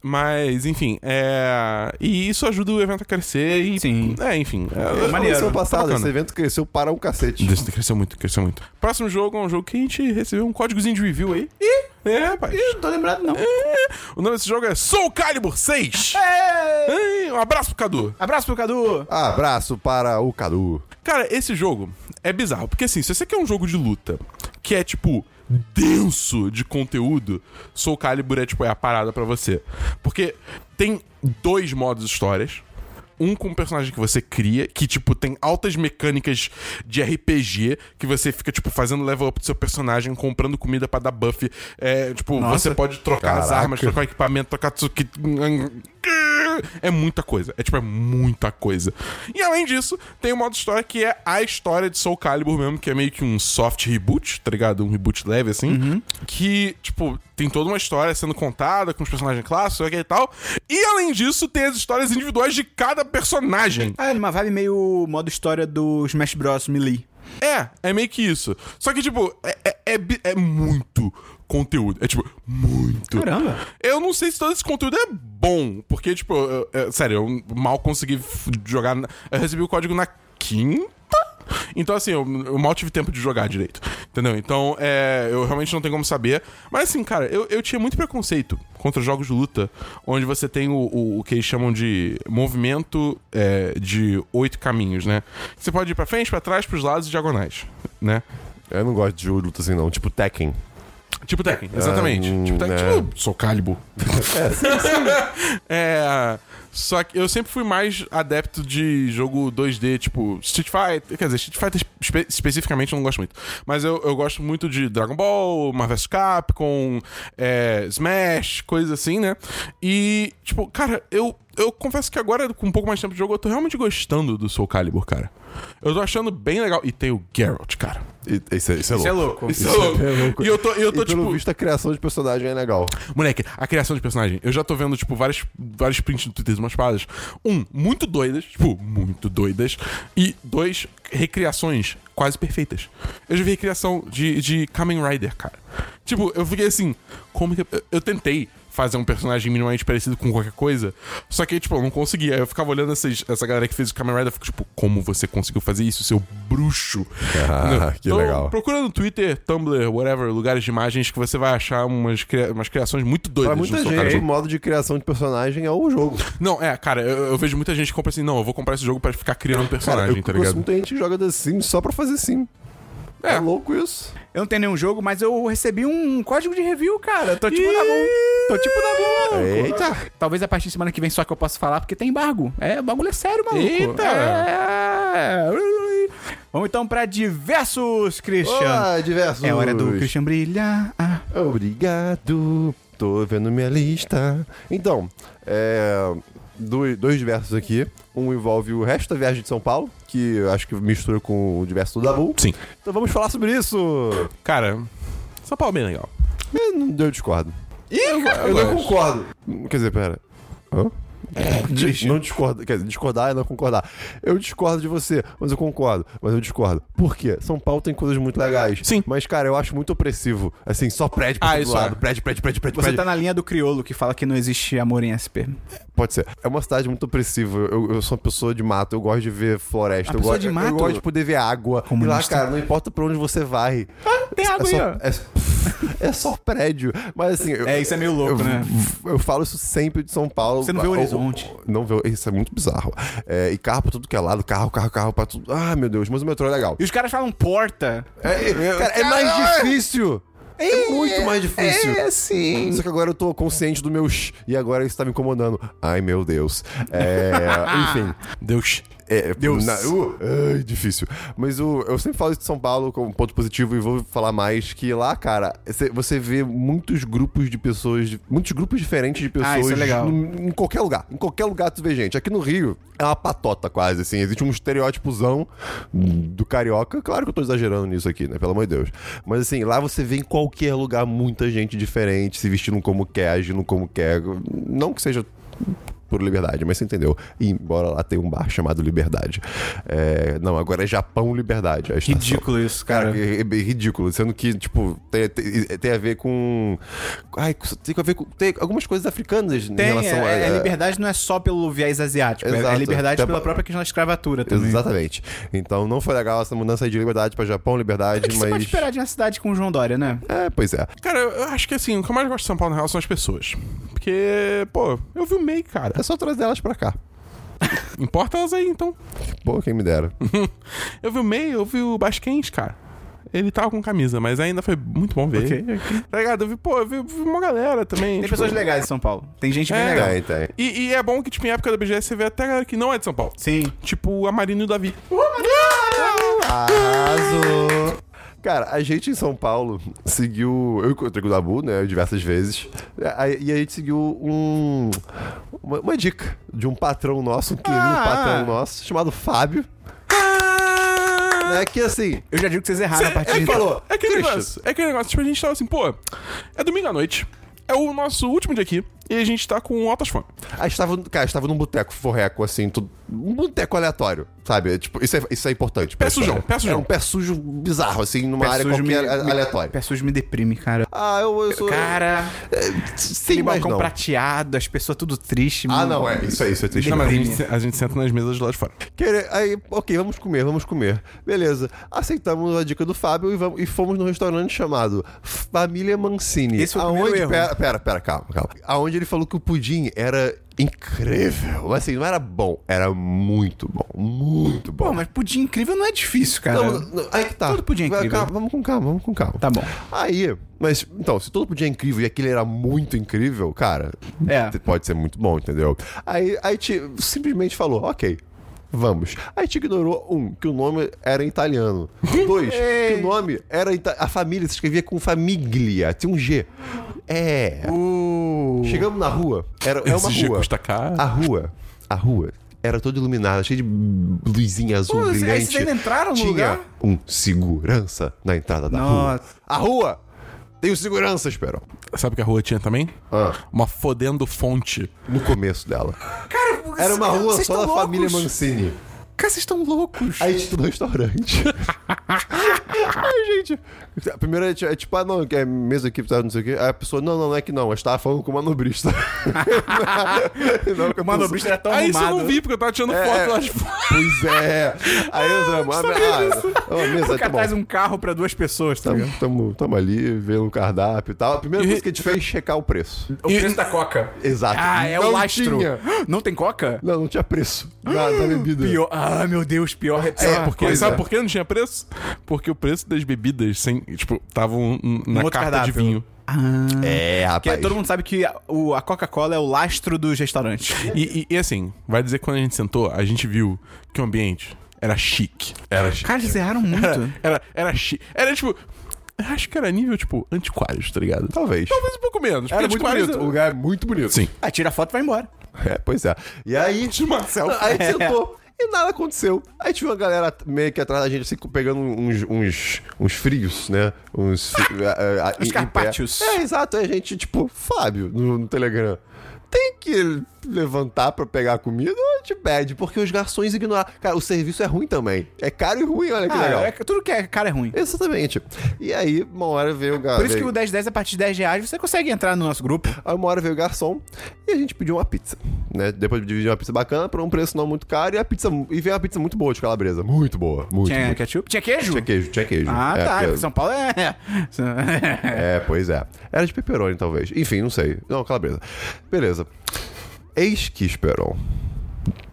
Mas, enfim, é. E isso ajuda o evento a crescer e. Sim. É, enfim. É, Maneiro, Ano passado, bacana. esse evento cresceu para um cacete. Desse- Cresceu muito, cresceu muito. Próximo jogo é um jogo que a gente recebeu um códigozinho de review aí. Ih! É, rapaz. Não tô lembrado, não. É. O nome desse jogo é Soul Calibur 6. É. Ei, Um abraço pro Cadu. Abraço pro Cadu. Abraço para o Cadu. Cara, esse jogo é bizarro. Porque assim, se você quer um jogo de luta que é tipo denso de conteúdo, Soul Calibur é tipo é a parada pra você. Porque tem dois modos histórias. Um com um personagem que você cria, que, tipo, tem altas mecânicas de RPG, que você fica, tipo, fazendo level up do seu personagem, comprando comida pra dar buff. É, tipo, você pode trocar as Caraca. armas, trocar o equipamento, trocar tudo que. É muita coisa. É tipo, é muita coisa. E além disso, tem o modo história que é a história de Soul Calibur mesmo, que é meio que um soft reboot, tá ligado? Um reboot leve, assim. Que, tipo, tem toda uma história sendo contada com os personagens clássicos e tal. E além disso, tem as histórias individuais de cada personagem. Ah, numa vibe meio modo história do Smash Bros. Melee. É, é meio que isso. Só que, tipo, é, é, é bi- é muito conteúdo. É, tipo, muito. Caramba. Eu não sei se todo esse conteúdo é bom, porque, tipo, eu- eu- sério, eu mal consegui f- jogar. na- Eu recebi o código na quinta. Então, assim, eu, eu mal tive tempo de jogar direito. Entendeu? Então, é, eu realmente não tenho como saber. Mas, assim, cara, eu, eu tinha muito preconceito contra jogos de luta, onde você tem o, o- o que eles chamam de movimento é, de oito caminhos, né? Você pode ir pra frente, pra trás, pros lados e diagonais, né? Eu não gosto de jogo de luta assim, não. Tipo Tekken. Tipo Tekken, exatamente. hum, tipo Tekken, né. tipo Soul Calibur. é, só que eu sempre fui mais adepto de jogo 2D, tipo Street Fighter. Quer dizer, Street Fighter espe- especificamente eu não gosto muito. Mas eu, eu gosto muito de Dragon Ball, Marvel vs. Capcom, é, Smash, coisas assim, né? E, tipo, cara, eu, eu confesso que agora, com um pouco mais de tempo de jogo, eu tô realmente gostando do Soul Calibur, cara. Eu tô achando bem legal. E tem o Geralt, cara. E- Isso é, isso é louco. Isso é louco. E eu tô, e eu tô e, pelo tipo. visto, a criação de personagem é legal. Moleque, a criação de personagem. Eu já tô vendo, tipo, vários, vários prints no Twitter de umas paradas. Um, muito doidas. Tipo, muito doidas. E dois, recriações quase perfeitas. Eu já vi recriação de, de Kamen Rider, cara. Tipo, eu fiquei assim, como que. eu- Eu tentei fazer um personagem minimamente parecido com qualquer coisa, só que, tipo, eu não conseguia. Eu ficava olhando essas, essa galera que fez o Kamen Rider, eu fico, tipo, como você conseguiu fazer isso, seu bruxo? Entendeu? Ah, Então, que legal. Procura no Twitter, Tumblr, whatever, lugares de imagens que você vai achar umas, cria- umas criações muito doidas. Pra muita do Soul gente, o Calibur. modo de criação de personagem é o jogo. Não, é, cara, eu, eu vejo muita gente que compra assim, não, eu vou comprar esse jogo pra ficar criando Cara, eu personagem, tá conheço ligado? muita gente que joga The Sims só pra fazer sim. É, É. louco isso. Eu não tenho nenhum jogo, mas eu recebi um código de review, cara. Eu Tô tipo na mão. Tô tipo na mão. Eita. Talvez a partir de semana que vem só que eu possa falar, porque tem embargo. É, o bagulho é sério, maluco. Eita. É. Vamos então pra diversos, Christian. Olá, diversos. é hora do Christian brilhar. Ah. Obrigado. Tô vendo minha lista. Então, é, dois, dois diversos aqui. Um envolve o resto da viagem de São Paulo, que eu acho que mistura com o diverso do Dabu. Sim. Então vamos falar sobre isso. Cara, São Paulo é bem legal. Eu, não- eu discordo. Ih, cara, Eu não concordo. Quer dizer, pera. Hã? Christian. Não discordo. Quer dizer, discordar é não concordar. Eu discordo de você, mas eu concordo. Mas eu discordo. Por quê? São Paulo tem coisas muito legais. Sim. Mas, cara, eu acho muito opressivo. Assim, só prédio pra Ah, todo isso lado. é. Prédio, prédio, prédio, prédio, Você prédio. tá na linha do criolo que fala que não existe amor em SP. Pode ser. É uma cidade muito opressiva. Eu, eu sou uma pessoa de mato, eu gosto de ver floresta. Eu pessoa gosto, de eu mato? gosto de poder ver água. E lá, Comunista. cara, não importa pra onde você vai. Ah, Tem água é, só, aí, ó. é, é só prédio. Mas assim. eu- É, isso é meio louco, eu- né? Eu falo isso sempre de São Paulo. Ah, Você não vê o horizonte. Não vê. Isso é muito bizarro. É, e carro pra tudo que é lado, carro, carro, carro pra tudo. Ah, meu Deus, mas o metrô é legal. E os caras falam porta. É, é- cara, é mais difícil. É muito mais difícil. É, sim. Só que agora eu tô consciente do meu sh, e agora isso tá me incomodando. Ai, meu Deus. É, enfim. Deus. É, Deus. na- uh, ai, difícil. Mas o, eu sempre falo isso de São Paulo como ponto positivo e vou falar mais que lá, cara, cê- você vê muitos grupos de pessoas, de- muitos grupos diferentes de pessoas Ah, isso é legal. num- em qualquer lugar. Em qualquer lugar tu vê gente. Aqui no Rio é uma patota quase, assim. Existe um estereótipozão do carioca. Claro que eu tô exagerando nisso aqui, né? Pelo amor de Deus. Mas assim, lá você vê em qualquer lugar muita gente diferente, se vestindo como quer, agindo como quer. Não que seja por liberdade, mas você entendeu. E embora lá tenha um bar chamado Liberdade. É, não, agora é Japão Liberdade. a estação. Ridículo isso, Cara, cara. é, é bem ridículo. Sendo que, tipo, tem, tem, tem a ver com. Ai, tem a ver com. Tem algumas coisas africanas em Tem, relação é, a. é liberdade não é só pelo viés asiático, é- é Exato. liberdade Até pela pa- própria questão da escravatura também. Exatamente. Então não foi legal essa mudança aí de liberdade pra Japão, liberdade, O É que você pode mas. esperar de uma cidade com o João Dória, né? É, pois é. Cara, eu acho que assim, o que eu mais gosto de São Paulo na real são as pessoas. Porque, pô, eu vi o MEI, cara. É só trazer elas pra cá. Importa elas aí, então. Pô, quem me dera. Eu vi o MEI, eu vi o Basquens, cara. Ele tava com camisa, mas ainda foi muito bom ver. Ok, Tá ligado? Eu vi, pô, eu vi, vi uma galera também. Tem tipo- pessoas legais em São Paulo. Tem gente bem É. legal. Tem, tem. E, e é bom que, tipo, em época da BGS você vê até a galera que não é de São Paulo. Sim. Tipo, a Marina e o Davi. Arrasou! Cara, a gente em São Paulo É, seguiu. Eu encontrei com o Dabu, né? Diversas vezes. A- E a gente seguiu um. uma, uma dica de um patrão nosso, um querido Ah. patrão nosso, chamado Fábio. Ah. É que assim. Eu já digo que vocês erraram a é, partir que- de então. é aquele Christian. negócio. É aquele negócio. Tipo, a gente tava assim, pô, é domingo à noite. É o nosso último dia aqui. E a gente tá com altas fome. A gente tava, cara, a gente tava num boteco forreco, assim, tudo, um boteco aleatório, sabe? É, tipo, isso, é, isso é importante. pra Pé história. sujão, pé sujão. É um pé sujo bizarro, assim, numa Pé área sujo qualquer me- a- me- aleatória. Pé sujo me deprime, cara. Ah, eu, eu sou... Cara, sim, aquele mas balcão não. prateado, as pessoas tudo triste. Ah, mano. não, é, isso é isso, é triste. Não, mas a Deprime. gente, a gente senta nas mesas de lá de fora. Querer- aí, ok, vamos comer, vamos comer. Beleza, aceitamos a dica do Fábio e, vamos, e fomos num restaurante chamado Família Mancini. Esse foi o primeiro erro. Pera, pera, pera, calma, calma. Aonde ele falou que o pudim era incrível. Mas assim, não era bom, era muito bom, muito bom. Pô, mas pudim incrível não é difícil, cara. Não, não, aí que tá. Tudo pudim é Vai, incrível. calma, vamos com calma, vamos com calma. Tá bom. Aí, mas, então, se todo podia é incrível e aquele era muito incrível, cara, É. t- pode ser muito bom, entendeu? Aí, aí te simplesmente falou, ok, vamos. Aí te ignorou, um, que o nome era em italiano. Dois, que o nome era... ita- A família se escrevia com famiglia, tinha um G. É. Chegamos na rua, era, é uma Esse G rua. custa caro. A rua, a rua... Era toda iluminada, cheia de luzinha azul Pô, aí vocês brilhante. ainda entraram no Tinha lugar? um segurança na entrada da Nossa. rua. A rua! Tem o segurança, Esperão. Sabe o que a rua tinha também? Ah. Uma fodendo fonte. No começo dela. Cara, Era uma rua vocês só tão da loucos? família Mancini. Cara, vocês estão loucos. Aí a gente tá no restaurante. Aí, gente. Primeiro é ti- é tipo, ah, não, que é mesa aqui, tá, não sei o quê. Aí a pessoa, não, não, não é que não. Eu estava falando com o manobrista. não, com a O manobrista era tão Aí isso eu Tá arrumado. não vi, porque eu tava tirando é. foto lá de fora. Pois é. Aí entramos. Ah, ah, ah, mesa, O tá cara bom. traz um carro pra duas pessoas, tá ligado? Tamo, tamo, tamo ali, vendo o cardápio e tal. A primeira E- coisa que a gente fez é checar o preço. O preço da coca. Exato. Ah, é o Não lastro. tinha. Não tem coca? Não, não tinha preço da, da bebida. Pior. Ah, meu Deus, pior. É, porque- Porque, Pois sabe é. por que não tinha preço? Porque o preço das bebidas, sem, tipo, estavam na outro carta cardápio. de vinho. É, Porque rapaz. todo mundo sabe que a, o- a Coca-Cola é o lastro dos restaurantes. E, e- e assim, vai dizer que quando a gente sentou, a gente viu que o ambiente era chique. Era chique. Cara, eles erraram muito. Era, era chique. Era tipo. eu Acho que era nível, tipo, antiquários, tá ligado? Talvez. Talvez um pouco menos. Era muito porque antiquários- bonito. O lugar é muito bonito. Sim. Ah, tira a foto e vai embora. É, pois é. E aí. Marcel. Aí a gente sentou. E nada aconteceu. Aí tinha uma galera meio que atrás da gente, assim, pegando uns, uns, uns frios, né? Uns. é, Uns Os carpaccios. É, exato. Aí a gente, tipo, Fábio, no, no Telegram. Tem que levantar pra pegar a comida ou a gente pede? Porque os garçons ignoraram. Cara, o serviço é ruim também. É caro e ruim, olha que Ah, legal. é- tudo que é cara é ruim. Exatamente. E aí, uma hora veio o garçom. Por isso que o 1010, a partir de 10 reais, você consegue entrar no nosso grupo. Aí uma hora veio o garçom e a gente pediu uma pizza, né? Depois de dividir uma pizza bacana por um preço não muito caro e a pizza e veio uma pizza muito boa de calabresa, muito boa, muito. Tinha muito. ketchup? Tinha queijo? Tinha queijo, tinha queijo. Ah, É, tá. porque- São Paulo é. É, pois é. Era de pepperoni talvez. Enfim, não sei. Não, calabresa. Beleza. Eis que esperou.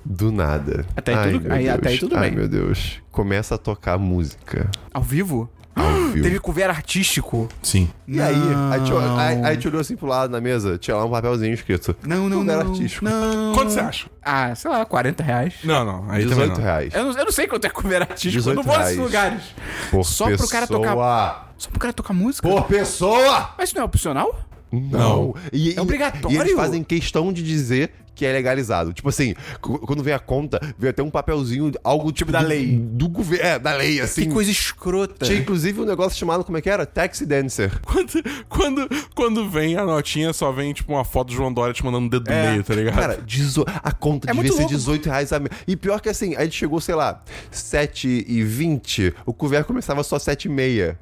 Do nada. Até aí tudo- meu aí- até aí Deus. tudo Ai, bem. meu Deus. Começa a tocar música. Ao vivo? Ao vivo. Teve cover artístico. Sim. E aí, aí te- aí- aí te olhou assim pro lado na mesa, tinha lá um papelzinho escrito. Não, não, Lugar não. artístico. Não. Quanto você acha? Ah, sei lá, 40 reais. Não, não. Aí 18 também não. reais. Eu não, eu não sei quanto é cover artístico, eu não 18 vou nesses reais. lugares. Por Só pro cara tocar- pessoa. Só pro cara tocar música? Por pessoa! Mas isso não é opcional? Não. E, É obrigatório. E eles fazem questão de dizer que é legalizado. Tipo assim, cu- quando vem a conta, vem até um papelzinho, algo tipo da do- lei. Do governo. É, da lei, assim. Que coisa escrota. Tinha inclusive um negócio chamado, como é que era? Taxi Dancer. Quando, quando, quando vem a notinha, só vem, tipo, uma foto do João Dória te mandando o dedo É. do meio, tá ligado? Cara, dezo- a conta É devia muito ser louco. 18 reais a menos. E pior que assim, aí chegou, sei lá, 7 e 20 o couvert começava só 7 e meia.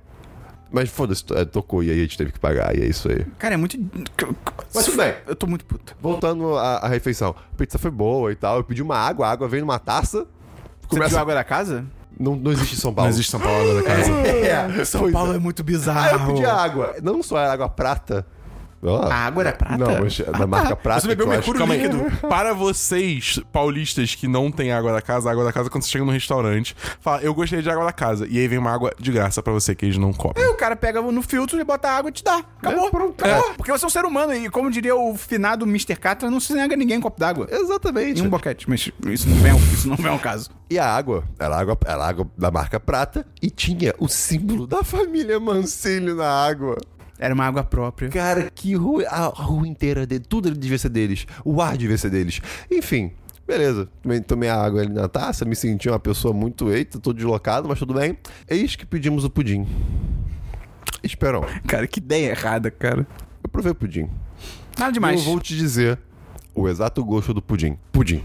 Mas foda-se, to- é, tocou, e aí a gente teve que pagar, e é isso aí. Cara, é muito. Mas tudo bem. Eu tô muito puto. Voltando à, à refeição, a pizza foi boa e tal. Eu pedi uma água, a água veio numa taça. Você Começa... pediu água da casa? Não, não existe em São Paulo. não existe São Paulo agora, cara. É, São Paulo é muito Aí eu bizarro. pedi água. Não só era água prata. Ó, A água era prata? Não, mas é da marca prata. Você bebeu que eu mercúrio acho- Calma aí. líquido. Para vocês, paulistas, que não tem água da casa, a água da casa, quando você chega num restaurante, fala, eu gostaria de água da casa. E aí vem uma água de graça pra você, que eles não cobram. Aí o cara pega no filtro e bota água e te dá. Acabou. pronto. Acabou. Porque você é um ser humano e, como diria o finado Mr. Catra, não se nega ninguém um copo d'água. E é Exatamente. um boquete. Mas isso não é um, isso não é um caso. E a água era, água era água da marca prata e tinha o símbolo da família Mancini na água. Era uma água própria. Cara, que rua. A rua inteira dele. Tudo ele devia ser deles. O ar devia ser deles. Enfim. Beleza, tomei, tomei a água ali na taça, me senti uma pessoa muito eita, tô deslocado, mas tudo bem. Eis que pedimos o pudim. Esperão, Cara, que ideia errada, cara. eu provei o pudim. Nada E demais. Eu vou te dizer o exato gosto do pudim. Pudim.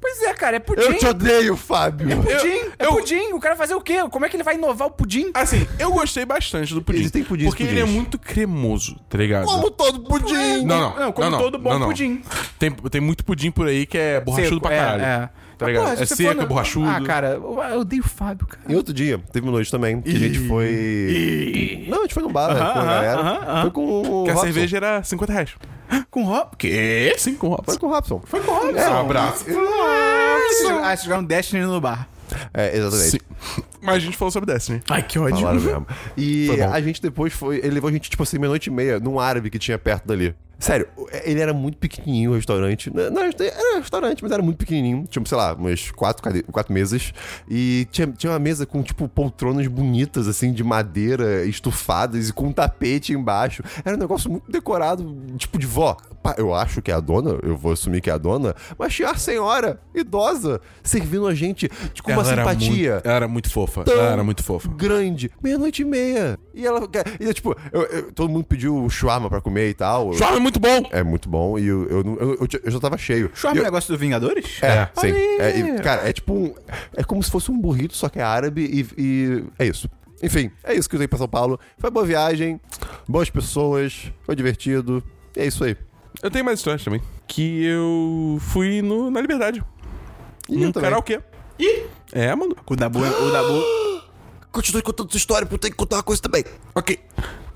Pois é, cara, é pudim. Eu te odeio, Fábio! Pudim, é eu- pudim. O cara fazer o quê? Como é que ele vai inovar o pudim? Assim, eu gostei bastante do pudim. Existem pudins Porque ele é pudins. muito cremoso, tá ligado? Como todo pudim! Não, não. assim? Não, como não, não, todo bom não, não. pudim. Tem, tem muito pudim por aí que é borrachudo Seco, pra caralho. É, é. Tá ligado? Porra, se é você seco, for na- é borrachudo. Ah, cara, eu eu odeio o Fábio, cara. E outro dia, teve uma noite também, que a gente foi. Não, a gente foi num bar né, com a galera. Foi com o. Porque a Robson. cerveja era 50 reais. Com Hop? Que? Sim, com Robson. Foi com o Robson. Foi com o Robson. É, Um abraço. Ah, vocês jogaram Destiny no bar. É, exatamente. Sim. Mas a gente falou sobre Destiny. Ai, que ódio. Falaram mesmo. E Foi bom. a gente depois foi. Ele levou a gente, tipo assim, meia-noite e meia, num árabe que tinha perto dali. Sério, ele era muito pequenininho o restaurante. Não, não, era um restaurante, mas era muito pequenininho. Tinha, sei lá, umas quatro, cade- quatro mesas. E tinha, tinha uma mesa com, tipo, poltronas bonitas, assim, de madeira, estufadas e com um tapete embaixo. Era um negócio muito decorado, tipo, de vó. Pá, Eu acho que é a dona, eu vou assumir que é a dona, mas tinha a senhora, idosa, servindo a gente de- com uma simpatia Era muito, ela era muito fofa. tão Ela era muito fofa. grande, meia-noite e meia. E ela, e é tipo, eu- eu- todo mundo pediu shawarma pra comer e tal. Chorro é muito bom! É muito bom e eu, eu, não- eu, eu já- eu já tava cheio. Chorra o negócio dos Vingadores? É, sim. Aí. É, e, cara, é tipo um. É como se fosse um burrito, só que é árabe e, e é isso. Enfim, é isso que eu tenho pra São Paulo. Foi boa viagem, boas pessoas, foi divertido. E é isso aí. Eu tenho mais histórias também. Que eu fui no, na Liberdade. E Num eu também. karaokê. E? É, mano. O Dabu, o Dabu Continue contando sua história, porque eu tenho que contar uma coisa também. Ok.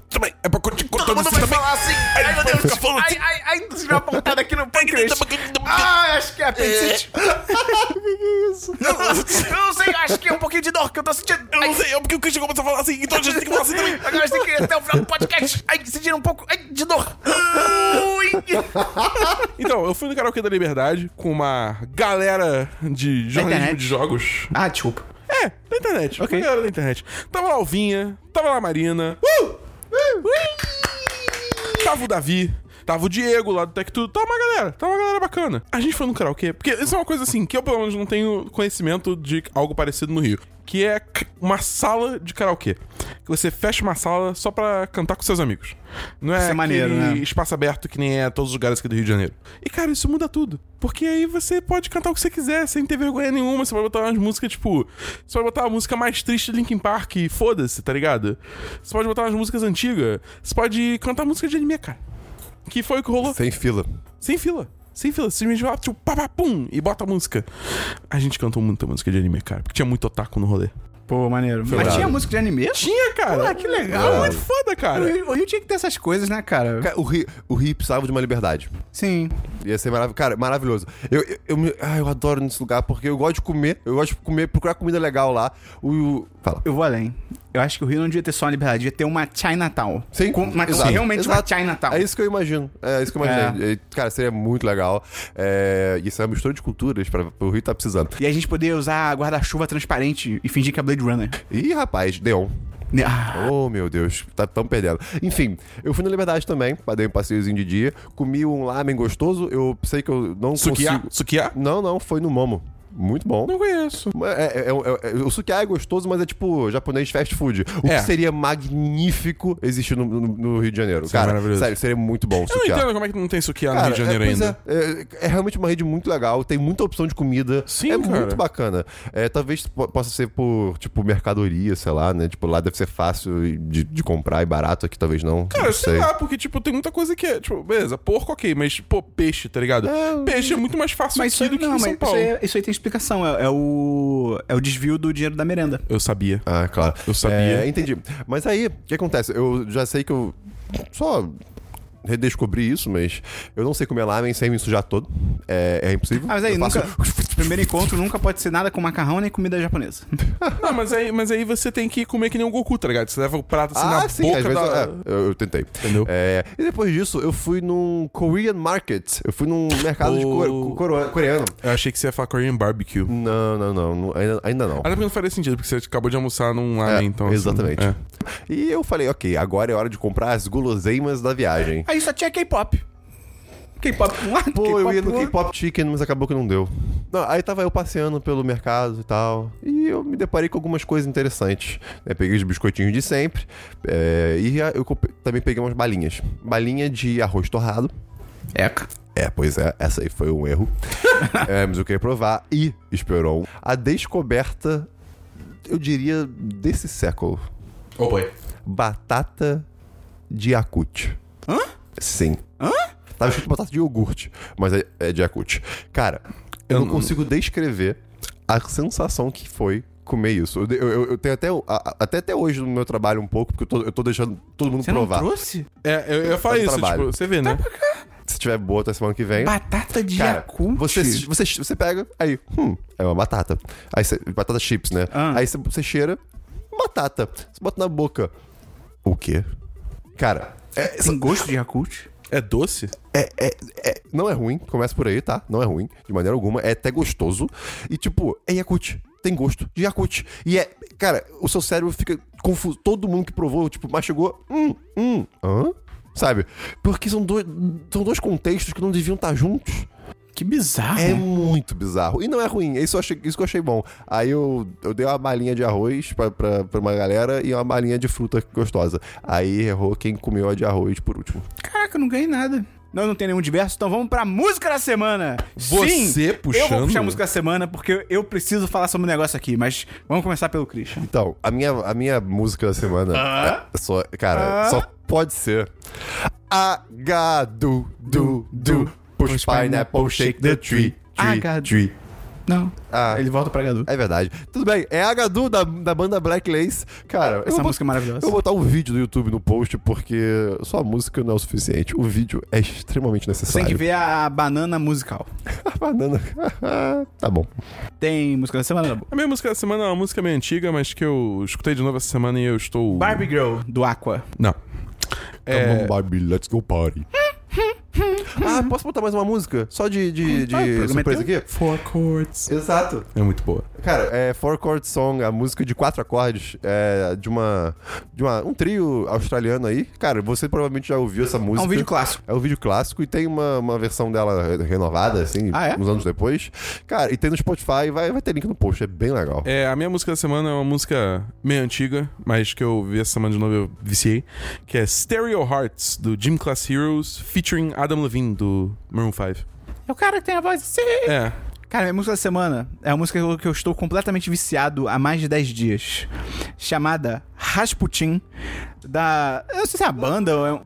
Também. É pra contar contando mundo você vai também. falar assim. Ai, meu Deus, tá fica falando Ai, ai, ai, você deu uma pontada aqui no pâncreas. ah, acho que é apendicite. Eu não sei, acho que é um pouquinho de dor que eu tô sentindo. Eu não sei, é porque o Christian começou a falar assim, então a gente tem que falar assim também. Agora a gente tem que ir até o final do podcast. Ai, sentindo um pouco ai, de dor. Ui. Então, eu fui no Karaokê da Liberdade com uma galera de jornalismo internet. de jogos. Ah, desculpa. É, da internet. Uma galera da internet. Tava lá a Alvinha, tava lá a Marina. Uh! Ui! Tava o Davi. Tava o Diego lá do Tech Tudo. Tava uma galera. Tava uma galera bacana. A gente foi no karaokê. Porque isso é uma coisa assim, que eu pelo menos não tenho conhecimento de algo parecido no Rio. Que é c- uma sala de karaokê. Que você fecha uma sala só pra cantar com seus amigos. Não é, Isso é maneiro, aquele né? espaço aberto que nem é todos os lugares aqui do Rio de Janeiro. E, cara, isso muda tudo. Porque aí você pode cantar o que você quiser, sem ter vergonha nenhuma. Você pode botar umas músicas, tipo... Você pode botar a música mais triste de Linkin Park e foda-se, tá ligado? Você pode botar umas músicas antigas. Você pode cantar música de anime, cara. Que foi o que rolou. Sem fila. Sem fila. Sem fila. Você me tipo, papapum, e bota a música. A gente cantou muita música de anime, cara. Porque tinha muito otaku no rolê. Pô, maneiro. Mas bravo. tinha música de anime? Tinha, cara. Ah, que legal. Foi muito foda, O cara. Rio, o Rio tinha que ter essas coisas, né, cara? Cara, O Rio, o Rio precisava de uma liberdade. Sim. Ia ser maravilhoso. Cara, maravilhoso. Eu, eu, eu, me- ah, eu adoro nesse lugar porque eu gosto de comer. Eu gosto de comer, procurar comida legal lá. O. o- Fala. Eu vou além. Eu acho que o Rio não devia ter só uma liberdade, devia ter uma Chinatown. Com, uma, exato, realmente exato. uma Chinatown. É isso que eu imagino. É isso que eu imaginei. E, Cara, seria muito legal. É, isso é uma mistura de culturas pra, o Rio tá precisando. E a gente poder usar guarda-chuva transparente e fingir que é Blade Runner. Ih, rapaz, Deon. Né? Ah, Oh, meu Deus, tá tão perdendo. Enfim, eu fui na Liberdade também, dei um passeiozinho de dia, comi um lamen gostoso, eu sei que eu não Sukiá? consigo... Sukiá? Não, não, foi no Momo. Muito bom. Não conheço. É, é- é- é- o sukiá é gostoso, mas é tipo japonês fast food. O É. que seria magnífico existir no, no- no Rio de Janeiro. é cara, maravilhoso. sério, seria muito bom o Eu não sukiá. entendo como é que não tem Sukiá no Cara, Rio de Janeiro é, pois ainda. É, é- é realmente uma rede muito legal, tem muita opção de comida. Sim, é cara. muito bacana. É, talvez po- possa ser por, tipo, mercadoria, sei lá, né? Tipo, lá deve ser fácil de, de comprar e barato, aqui talvez não. Cara, não sei. lá, porque, tipo, tem muita coisa que é, tipo, beleza, porco, ok, mas, pô, peixe, tá ligado? Peixe é muito mais fácil mas aqui isso, do que não, em mas São Paulo. Isso, aí, isso aí tem explicação. É, é o, é o desvio do dinheiro da merenda. Eu sabia. Ah, claro. Eu sabia. É, entendi. Mas aí, o que acontece? Eu já sei que eu só redescobri isso, mas eu não sei comer lamen sem me sujar todo. É, é impossível. Ah, mas aí, eu nunca- faço- Primeiro encontro nunca pode ser nada com macarrão nem comida japonesa. Não, mas aí, mas aí você tem que comer que nem o Goku, tá ligado? Você leva o prato assim Ah, na sim, boca às vezes da... eu- é, eu, eu tentei. Entendeu? É, e depois disso, eu fui num Korean Market. Eu fui num mercado de Oh. core- coro- coreano. Eu achei que você ia falar Korean Barbecue. Não, não, não. não, ainda, ainda não. Até porque não faria sentido, porque você acabou de almoçar num É, lamen, então... assim, exatamente. é. E eu falei, ok, agora é hora de comprar as guloseimas da viagem. Aí só tinha K-pop. K-pop um lado, Pô, eu ia pro no outro. K-pop Chicken, mas acabou que não deu. Não, aí tava eu passeando pelo mercado e tal. E eu me deparei com algumas coisas interessantes. né? Peguei os biscoitinhos de sempre. é, e a- eu comp- também peguei umas balinhas. Balinha de arroz torrado. Eca. É, pois é, essa aí foi um erro. É, mas eu queria provar. E, Esperon, a descoberta, eu diria, desse século. Oh boy. Batata de Yakut. Hã? Sim. Hã? Tava escrito batata de iogurte, mas é, é de Yakut. Cara, eu, não consigo descrever a sensação que foi comer isso. Eu, eu- eu tenho até, o- a- a- até até hoje no meu trabalho um pouco, porque eu tô, eu tô deixando todo mundo Você não provar. trouxe? É, eu ia falar Faz isso, trabalho. tipo, você vê, né? Se tiver boa até semana que vem. Batata de Cara, Yakult? você, você, você pega, aí, hum, é uma batata. Aí você, batata chips, né? Ah. Aí você, você cheira, batata. Você bota na boca. O quê? Cara, é, Tem gosto de Yakult? É doce? é- é- é- não é ruim, começa por aí, tá? Não é ruim, de maneira alguma. É até gostoso. E tipo, é Yakut. Tem gosto de Yakut. E é, cara, o seu cérebro fica confuso. Todo mundo que provou, tipo, mastigou, hum, hum, hã? Sabe? Porque são dois, são dois contextos que não deviam estar juntos. Que bizarro. É muito bizarro. E não é ruim, é isso, eu achei- isso que eu achei bom. Aí eu, eu dei uma balinha de arroz pra, pra, pra uma galera e uma balinha de fruta gostosa. Aí errou quem comeu a de arroz por último. Caraca, eu não ganhei nada. Não, não tem nenhum diverso, então vamos pra música da semana. Você puxando? Eu vou puxar a música da semana porque eu preciso falar sobre um negócio aqui, mas vamos começar pelo Christian. Então, a minha, a minha música da semana é só, cara, só pode ser. H do do do push pineapple shake the tree. tree, H do- tree. Não. Ah, Ele volta pra Gadu. é verdade. Tudo bem, é H do da, da banda Black Lace. Cara, eu Essa vou- música é maravilhosa. Eu vou botar um vídeo do YouTube no post, porque só a música não é o suficiente. O vídeo é extremamente Você necessário. tem que ver a banana musical. A banana. tá bom. Tem música da semana, Dabu? A minha música da semana é uma música meio antiga, mas que eu escutei de novo essa semana e eu estou... Barbie Girl, do Aqua. É um Não. Come É... on, Barbie, let's go party. ah, posso botar mais uma música? Só de, de, de Ah, o programa é surpresa aqui? Four chords. Exato. É muito boa. Cara, é Four Chord Song, a música de quatro acordes é, de uma. de uma, um trio australiano aí. Cara, você provavelmente já ouviu essa É música. um vídeo clássico. É um vídeo clássico e tem uma, uma versão dela renovada, assim, Ah, é? uns anos depois. Cara, e tem no Spotify, vai, vai ter link no post, é bem legal. É, a minha música da semana é uma música meio antiga, mas que eu vi essa semana de novo e eu viciei, que é Stereo Hearts, do Gym Class Heroes, featuring Adam Levine, do Maroon 5. É o cara que tem a voz assim. É, Cara, minha música da semana é uma música que eu estou completamente viciado há mais de 10 dias. Chamada Rasputin, da. Eu não sei se é a banda ou é um.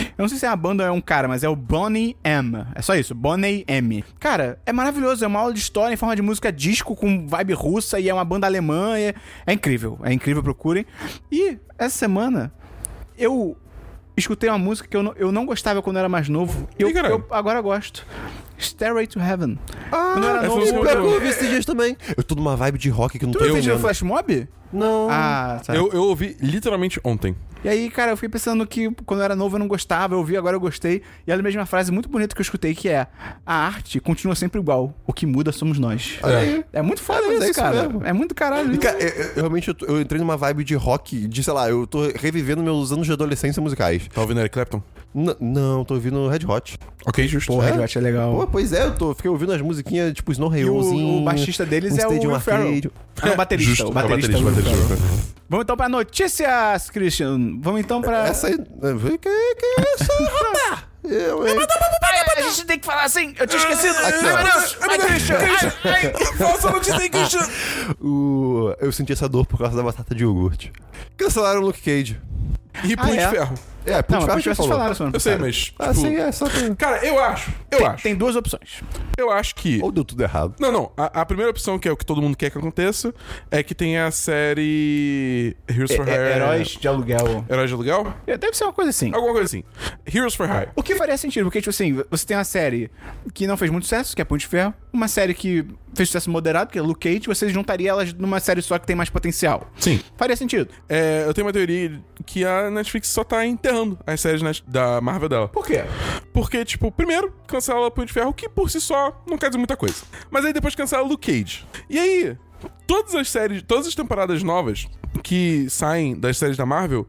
Eu não sei se é a banda ou é um cara, mas é o Bonnie M. É só isso, Bonnie M. Cara, é maravilhoso, é uma aula de história em forma de música disco com vibe russa e é uma banda alemã. e é- é incrível, é incrível, procurem. E essa semana eu escutei uma música que eu não, eu não gostava quando eu era mais novo. Eu, Ih, caralho. eu agora gosto. Stairway to Heaven. quando eu era Ah, é essa novo, música eu, eu gosto. vi esses dias também. Eu tô numa vibe de rock que não Tu um. tem. um assistiu o mesmo. Flash Mob? Não. Ah, tá. eu, eu ouvi literalmente ontem. E aí, cara, eu fiquei pensando que quando eu era novo eu não gostava, eu vi, agora eu gostei. E ela mesma frase muito bonita que eu escutei, que é a arte continua sempre igual, o que muda somos nós. É. É muito foda É, mas isso, é isso cara. mesmo. É muito caralho E, isso. cara, eu- eu- eu realmente eu, tô- eu entrei numa vibe de rock, de sei lá, eu tô revivendo meus anos de adolescência musicais. Tá ouvindo Eric Clapton? N- não, tô ouvindo Red Hot. Ok, justo. O Porra, É. Red Hot é legal. Pô, pois é, eu tô, fiquei ouvindo as musiquinhas tipo Snow e Railzinho. o, o baixista deles é o Stadium Will Ferrell. Arcade. Ah, não, o baterista. Justo, o baterista. é é o o Will baterista, Ferrell. o baterista. Vamos então pra notícias, Christian. Vamos então pra... Essa aí. Que, que é isso, rapaz? Eu, hein? A gente tem que falar assim, eu tinha esquecido. Aqui, ó. Ai, meu Deus, ai, Christian, ai, ai. Falsa notícia em Christian! O- Eu senti essa dor por causa da batata de iogurte. Cancelaram o Luke Cage. E punho é? de ferro. É, Não, mas Punho de Punho de Ferro já Ferro vocês falou. falaram semana Eu sei, passada. mas. Tipo, Ah, sim, é só que... Cara, eu acho. Eu Tem, acho. tem duas opções. Eu acho que. Ou deu tudo errado. Não, não. A, a primeira opção, que é o que todo mundo quer que aconteça, é que tenha a série. Heroes for É- Hire. é- heróis de aluguel. Heróis de aluguel? É, Deve ser uma coisa assim. Alguma coisa assim. Heroes for Hire. O que faria sentido, porque, tipo assim, você tem uma série que não fez muito sucesso, que é Punho de Ferro, uma série que fez sucesso moderado, que é Luke Cage, você juntaria elas numa série só que tem mais potencial. Sim. Faria sentido. É, eu tenho uma teoria que a Netflix só tá enterrando as séries net- da Marvel dela. Por quê? Porque, tipo, primeiro, cancela Punho de Ferro, que por si só não quer dizer muita coisa. Mas aí depois cancela Luke Cage. E aí, todas as séries, todas as temporadas novas que saem das séries da Marvel,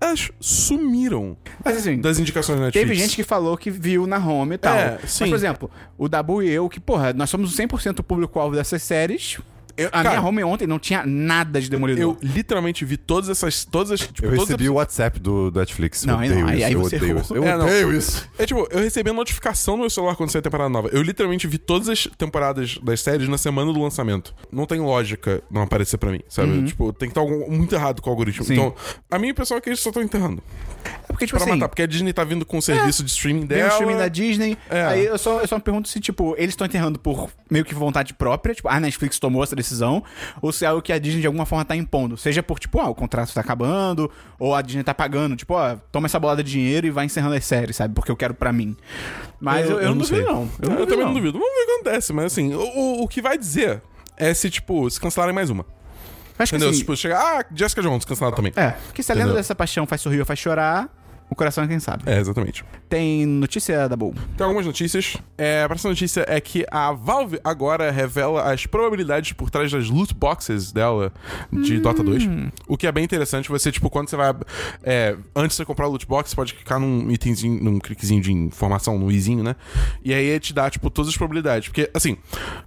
elas sumiram Mas assim, das indicações da Netflix. teve gente que falou que viu na home e tal. É, Mas, sim. por exemplo, o Dabu e eu, que, porra, nós somos 100% o público-alvo dessas séries. Eu- a cara, minha home ontem não tinha nada de Demolidor. Eu literalmente vi todas essas. Todas as, tipo, Eu todas recebi o WhatsApp do do Netflix. Não, eu aí odeio não, aí- isso, aí eu você odeio errou. isso. Eu É, não. odeio isso. É tipo, eu recebi a notificação no meu celular quando saiu a temporada nova. Eu literalmente vi todas as temporadas das séries na semana do lançamento. Não tem lógica não aparecer pra mim, sabe? Tipo, tem que estar algum- muito errado com o algoritmo. Uhum. Sim. Então, a minha impressão é que eles só estão enterrando. É porque, tipo Pra assim, matar, porque a Disney tá vindo com o serviço de streaming Tem dela. um filme da Disney. É. Aí eu só, eu só me pergunto se, tipo, eles estão enterrando por meio que vontade própria, tipo, a Netflix tomou essa decisão, ou se é algo que a Disney de alguma forma tá impondo. Seja por, tipo, ah, o contrato tá acabando, ou a Disney tá pagando, tipo, ó, toma essa bolada de dinheiro e vai encerrando as séries, sabe? Porque eu quero pra mim. Mas eu, eu não duvido, sei. não. Eu, também não duvido. Vamos ver o que acontece, mas assim, o, o- o que vai dizer é se, tipo, se cancelarem mais uma. Acho que Entendeu? assim, Tipo, chegar. Ah, Jessica Jones cancelada também. É, porque se a lenda Entendeu? dessa paixão faz sorrir ou faz chorar, o coração é quem sabe. É, exatamente. Tem notícia da Bull. Tem Então, algumas notícias. É, a próxima notícia é que a Valve agora revela as probabilidades por trás das loot boxes dela de Dota 2. O que é bem interessante, você, tipo, quando você vai. é, antes de você comprar o loot box, você pode clicar num itemzinho, num cliquezinho de informação, num izinho, né? E aí ele te dá, tipo, todas as probabilidades. Porque, assim,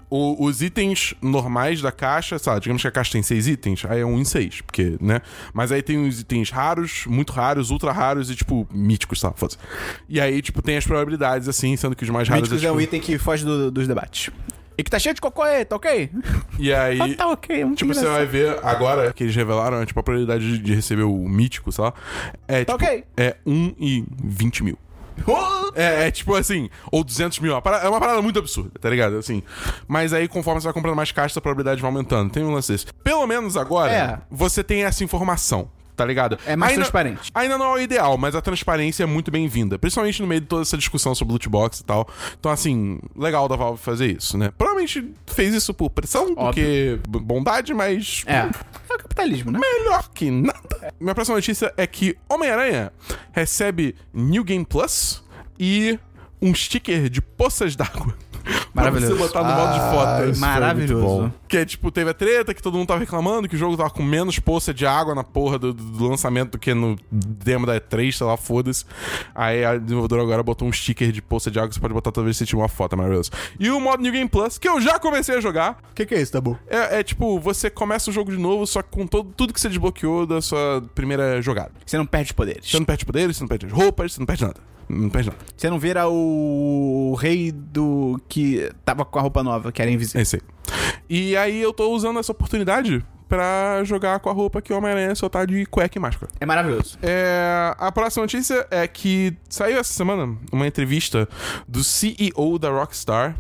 o- os itens normais da caixa, sei lá, digamos que a caixa tem seis itens, aí é um em seis, porque, né? Mas aí tem os itens raros, muito raros, ultra raros e, tipo, míticos, sabe? Foda-se. E aí, tipo, tem as probabilidades, assim, sendo que os mais raros. Míticos é tipo- um item que foge do- dos debates. E que tá cheio de cocôê, tá ok? E aí. Ah, tá ok, é muito Tipo, você engraçado. vai ver agora que eles revelaram, tipo, a probabilidade de- de receber o mítico, sei lá. É, tipo, Tá ok. é 1 em 20 mil. É, é tipo assim, ou 200 mil. é uma parada- É uma parada muito absurda, tá ligado? Assim. Mas aí, conforme você vai comprando mais caixas, a probabilidade vai aumentando. Tem um lance desse. Pelo menos agora, É. você tem essa informação. Tá ligado? É mais Ainda- transparente. Ainda não é o ideal, mas a transparência é muito bem-vinda. Principalmente no meio de toda essa discussão sobre loot box e tal. Então, assim, legal da Valve fazer isso, né? Provavelmente fez isso por pressão, porque b- bondade, mas É. É o capitalismo, né? melhor que nada. Minha próxima notícia é que Homem-Aranha recebe New Game Plus e um sticker de poças d'água. Maravilhoso. pra você botar no modo de Ah, fotos. isso. Maravilhoso. Maravilhoso. Que é, tipo, teve a treta que todo mundo tava reclamando que o jogo tava com menos poça de água na porra do, do lançamento do que no demo da E3, sei lá, foda-se. Aí a desenvolvedora agora botou um sticker de poça de água que você pode botar toda vez que você tira uma foto, é maravilhoso. E o modo New Game Plus, que eu já comecei a jogar. O que, que é isso, Tabu? É, é tipo, você começa o jogo de novo, só que com todo, tudo que você desbloqueou da sua primeira jogada. Você não perde os poderes. Você não perde poderes, você não perde as roupas, você não perde nada. Não perde nada. Você não vira o rei do que tava com a roupa nova, que era É invisível. isso aí. E aí eu tô usando essa oportunidade pra jogar com a roupa que o Homem-Aranha só tá de cueca e máscara. É maravilhoso. É, a próxima notícia é que saiu essa semana uma entrevista do CEO da Rockstar.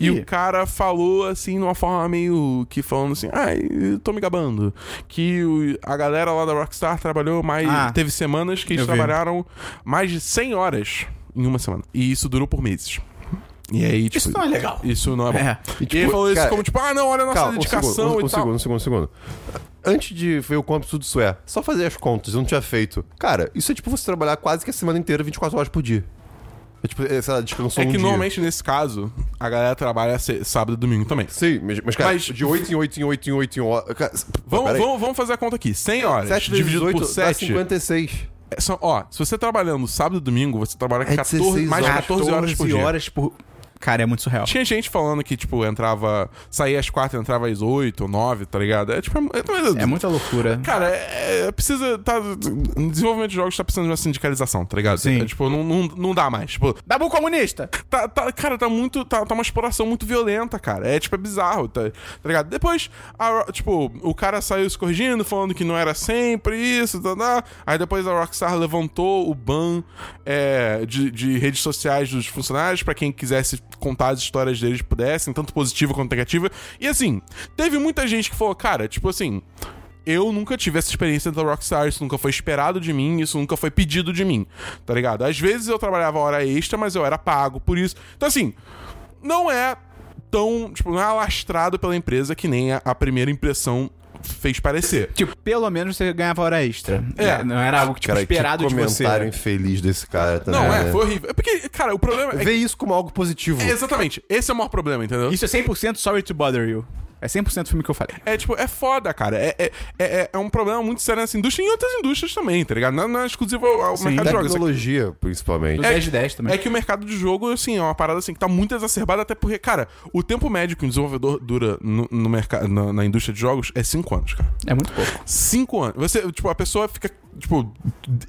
E Ih. o cara falou assim, de uma forma meio que falando assim: Ai, eu tô me gabando. Que o- a galera lá da Rockstar trabalhou mais. Ah. teve semanas que eles Eu vi. trabalharam mais de 100 horas em uma semana. E isso durou por meses. E aí, tipo. Isso não é legal. Isso não é bom. É. E, tipo, ele falou isso cara, como tipo: Ah, não, olha a nossa Calma, um dedicação segundo, um, e um tal. É segundo, um segundo, um segundo. Antes de ver o quão absurdo isso é, só fazer as contas, eu não tinha feito. Cara, isso é tipo você trabalhar quase que a semana inteira, 24 horas por dia. É tipo, é, sei lá, descansou um É que dia. normalmente nesse caso, a galera trabalha se- sábado e domingo também. Sim, mas, mas cara, Mas- de 8 em 8 em 8 em 8 em 8... Cara, Vamos, vamos, vamos fazer a conta aqui. 100 horas 7 vezes dividido 8 por 7. dá 7. 56. é, são- ó, se você trabalhando sábado e domingo, você trabalha É 14, 16 mais horas. 14 horas por dia. horas por... Cara, é muito surreal. Tinha gente falando que, tipo, entrava. Saía às quatro, entrava às oito, nove, tá ligado? É tipo. É, É muita loucura. Cara, é, é- precisa. Tá, no desenvolvimento de jogos tá precisando de uma sindicalização, tá ligado? Sim. É, tipo, não, não, não dá mais. Tipo, Dabu comunista! tá, tá- cara, tá muito. Tá, tá uma exploração muito violenta, cara. É tipo, é bizarro, tá, tá ligado? Depois, a Ro- tipo, o cara saiu se corrigindo, falando que não era sempre isso, tá, tá. Aí depois a Rockstar levantou o ban é, de, de redes sociais dos funcionários pra quem quisesse contar as histórias deles pudessem, tanto positiva quanto negativa. E assim, teve muita gente que falou, cara, tipo assim. Eu nunca tive essa experiência da Rockstar, isso nunca foi esperado de mim, isso nunca foi pedido de mim, tá ligado? Às vezes eu trabalhava hora extra, mas eu era pago por isso. Então, assim, não é tão, tipo, não é alastrado pela empresa que nem a, a primeira impressão fez parecer. Tipo, pelo menos você ganhava hora extra. É. Não era algo, tipo, Cara, esperado que de você. né? comentário infeliz desse cara também. Não, é, né? foi horrível. É porque, cara, o problema é que- Vê isso como algo positivo. é Exatamente, esse é o maior problema, entendeu? Isso é 100% Sorry to Bother You. É 100% filme que eu falei. É tipo, é foda, cara. É, é, é, é- é um problema muito sério nessa indústria e em outras indústrias também, tá ligado? Não, não é exclusivo ao, ao mercado é de jogos. Tecnologia, principalmente. Do 10 de 10 também. É que o mercado de jogo, assim, é uma parada assim que tá muito exacerbada, até porque, cara, o tempo médio que um desenvolvedor dura no, no mercado, na, na indústria de jogos é 5 anos, cara. É muito pouco. 5 anos. Você, tipo, a pessoa fica, tipo,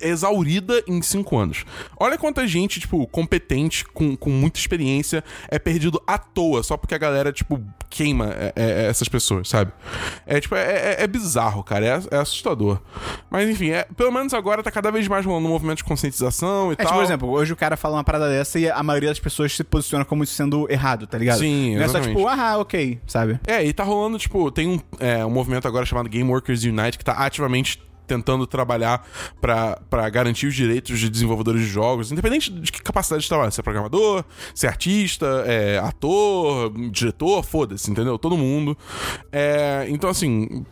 exaurida em 5 anos. Olha quanta gente, tipo, competente, com, com muita experiência, é perdido à toa, só porque a galera, tipo, queima é, é, é, essas pessoas, sabe? É, tipo, é, é- é bizarro, cara. É, é assustador. Mas, enfim, é, pelo menos agora tá cada vez mais rolando um movimento de conscientização e É tal. tipo, por exemplo, hoje o cara fala uma parada dessa e a maioria das pessoas se posiciona como isso sendo errado, tá ligado? Sim, Não é só exatamente. tipo, ah, ok, sabe? É, e tá rolando, tipo, tem um, é, um movimento agora chamado Game Workers Unite que tá ativamente tentando trabalhar pra pra garantir os direitos de desenvolvedores de jogos, independente de que capacidade de trabalho, se é programador, se é artista, é ator, diretor, foda-se, entendeu? Todo mundo. É, então, assim,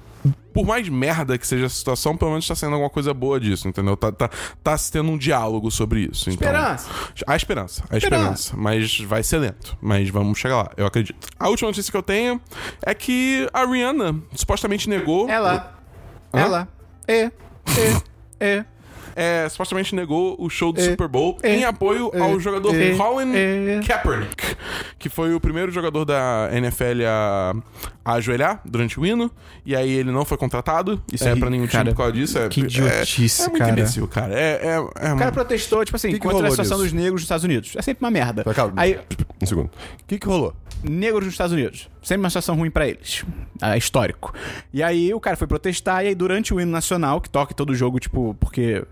por mais merda que seja a situação, pelo menos tá saindo alguma coisa boa disso, entendeu? Tá, tá, tá se tendo um diálogo sobre isso. então- Esperança. Há esperança, há esperança. Mas vai ser lento. Mas vamos chegar lá, eu acredito. A última notícia que eu tenho é que a Rihanna supostamente negou. Ela. Hã? Ela. É. É. É. é, supostamente negou o show do É. Super Bowl em É. apoio ao jogador É. Colin É. Kaepernick, que foi o primeiro jogador da NFL a, a ajoelhar durante o hino. E aí ele não foi contratado Isso é, aí, pra nenhum time cara, por causa disso. É, que idiotice, é, é muito cara. imbecil, cara. É, é, é O cara protestou, tipo assim, Que que contra a rolou situação disso? dos negros nos Estados Unidos. É sempre uma merda. Mas calma, Aí, Um segundo. O que, que rolou? negros nos Estados Unidos. Sempre uma situação ruim pra eles. Ah, histórico. E aí o cara foi protestar, e aí durante o hino nacional, que toca em todo jogo, tipo, porque.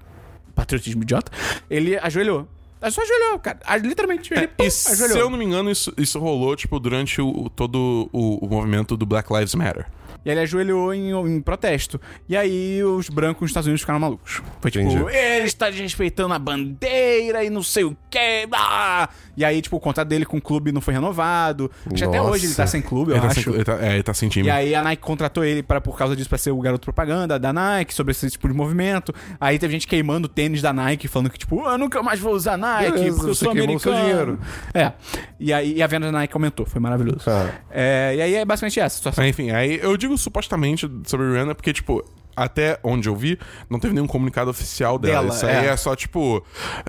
Patriotismo idiota, ele ajoelhou. Ele só ajoelhou, cara. Ah, Literalmente, ele pum, E se ajoelhou. eu não me engano, isso, isso rolou, tipo, durante o, o- todo o, o movimento do Black Lives Matter. E ele ajoelhou em, em protesto. E aí os brancos nos Estados Unidos ficaram malucos. Foi tipo, Entendi. ele está desrespeitando a bandeira e não sei o que. E aí, tipo, o contrato dele com o clube não foi renovado. Acho que até Nossa. hoje ele tá sem clube, eu Ele tá, acho. sem, ele tá- é, ele tá sem time. E aí a Nike contratou ele para por causa disso pra ser o garoto propaganda da Nike sobre esse tipo de movimento. Aí teve gente queimando o tênis da Nike falando que tipo, eu nunca mais vou usar Nike Beleza, porque eu você sou queimou americano. o seu dinheiro. É. E aí e a venda da Nike aumentou, foi maravilhoso. Ah. É, e aí é basicamente essa a situação. Mas, Enfim, aí eu digo supostamente sobre Rihanna porque, tipo, até onde eu vi, não teve nenhum comunicado oficial dela. Dela, Isso aí é, é. só, tipo,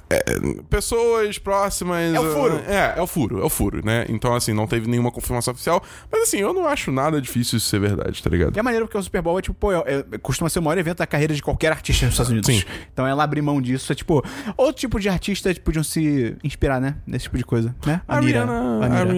é, pessoas próximas. É o furo. É, é o furo, é o furo, né? Então, assim, não teve nenhuma confirmação oficial. Mas, assim, eu não acho nada difícil isso ser verdade, tá ligado? E é maneiro porque o Super Bowl é tipo, pô, é- é- costuma ser o maior evento da carreira de qualquer artista nos Estados Unidos. Sim. Então ela abrir mão disso é tipo, outro tipo de artista podiam se inspirar, né? Nesse tipo de coisa, né? A Rihanna. Mira, A a Mira.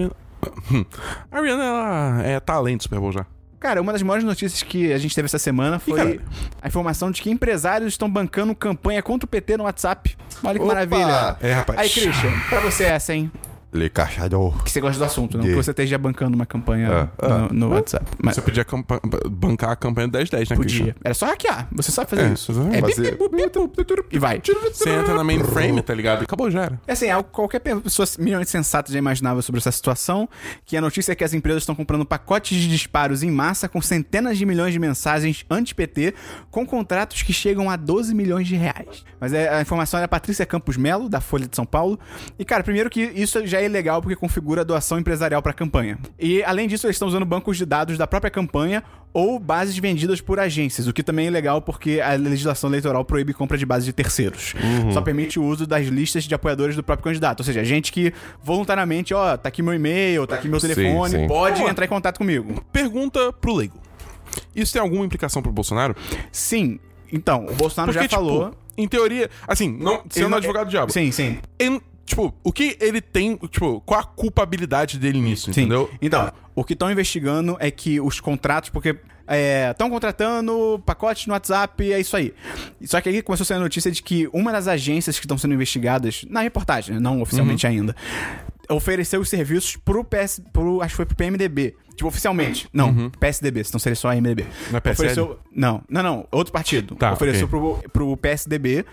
Rihanna, a Rihanna, ela é talento do Super Bowl já. Cara, uma das maiores notícias que a gente teve essa semana foi caralho? a informação de que empresários estão bancando campanha contra o PT no WhatsApp. Olha que Opa! maravilha. É, rapaz. Aí, Christian, pra você é essa, hein? Le cachador. Que você gosta do assunto, não? Yeah. Que você esteja bancando uma campanha Ah, no, no WhatsApp. Mas Você podia campa- bancar a campanha do 1010, né, podia. Christian? Era só hackear. Você sabe fazer É, isso. exatamente. É bip, Fazer- bip, bip, bip, e vai. Você entra na mainframe, tá ligado? Acabou, já era. É assim, algo que qualquer pessoa minimamente sensata já imaginava sobre essa situação, que a notícia é que as empresas estão comprando pacotes de disparos em massa com centenas de milhões de mensagens anti-PT, com contratos que chegam a 12 milhões de reais. Mas é- a informação é da Patrícia Campos Melo, da Folha de São Paulo. E, cara, primeiro que isso já já é ilegal porque configura doação empresarial para a campanha. E, além disso, eles estão usando bancos de dados da própria campanha ou bases vendidas por agências, o que também é ilegal porque a legislação eleitoral proíbe compra de bases de terceiros. Uhum. Só permite o uso das listas de apoiadores do próprio candidato, ou seja, gente que voluntariamente, ó, tá aqui meu e-mail, tá aqui meu telefone, sim. pode entrar em contato comigo. Pergunta pro leigo. Isso tem alguma implicação pro Bolsonaro? Sim. Então, o Bolsonaro já tipo, falou. em teoria, assim, não, Ele sendo não- é- advogado do diabo. Sim, sim. ele- tipo, o que ele tem, tipo, qual a culpabilidade dele nisso, Sim. entendeu? Então, o que estão investigando é que os contratos, porque estão contratando pacotes no WhatsApp, é isso aí. Só que aí começou a sair a notícia de que uma das agências que estão sendo investigadas, na reportagem, né, não oficialmente Uhum. ainda, ofereceu os serviços pro PS. Pro, acho que foi pro PMDB. Tipo, oficialmente. Não, PSDB, senão seria só MDB. Uhum. Não é PSL? Ofereceu- Não, não, não. Outro partido. Tá, ofereceu ok. pro pro, pro PSDB,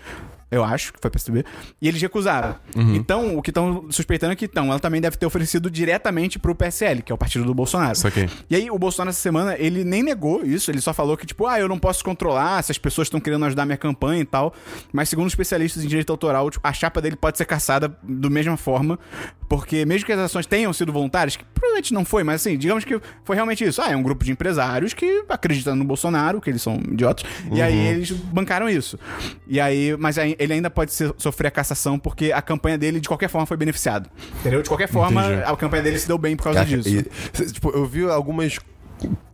eu acho que foi PSDB, e eles recusaram. Então, o que estão suspeitando é que então, ela também deve ter oferecido diretamente pro PSL, que é o partido do Bolsonaro. Saquei. E aí, o Bolsonaro essa semana, ele nem negou isso, ele só falou que, tipo, ah, eu não posso controlar se as pessoas estão querendo ajudar a minha campanha e tal. Mas, segundo especialistas em direito autoral, tipo, a chapa dele pode ser caçada do mesma forma, porque mesmo que as ações tenham sido voluntárias, que provavelmente não foi, mas assim, digamos que foi realmente isso. Ah, é um grupo de empresários que acreditam no Bolsonaro, que eles são idiotas, e aí Uhum. eles bancaram isso. E aí, mas aí ele ainda pode ser- sofrer a cassação porque a campanha dele, de qualquer forma, foi beneficiada. Entendeu? De qualquer forma, a campanha dele se deu bem por causa Caraca, disso. e- c- tipo, eu vi algumas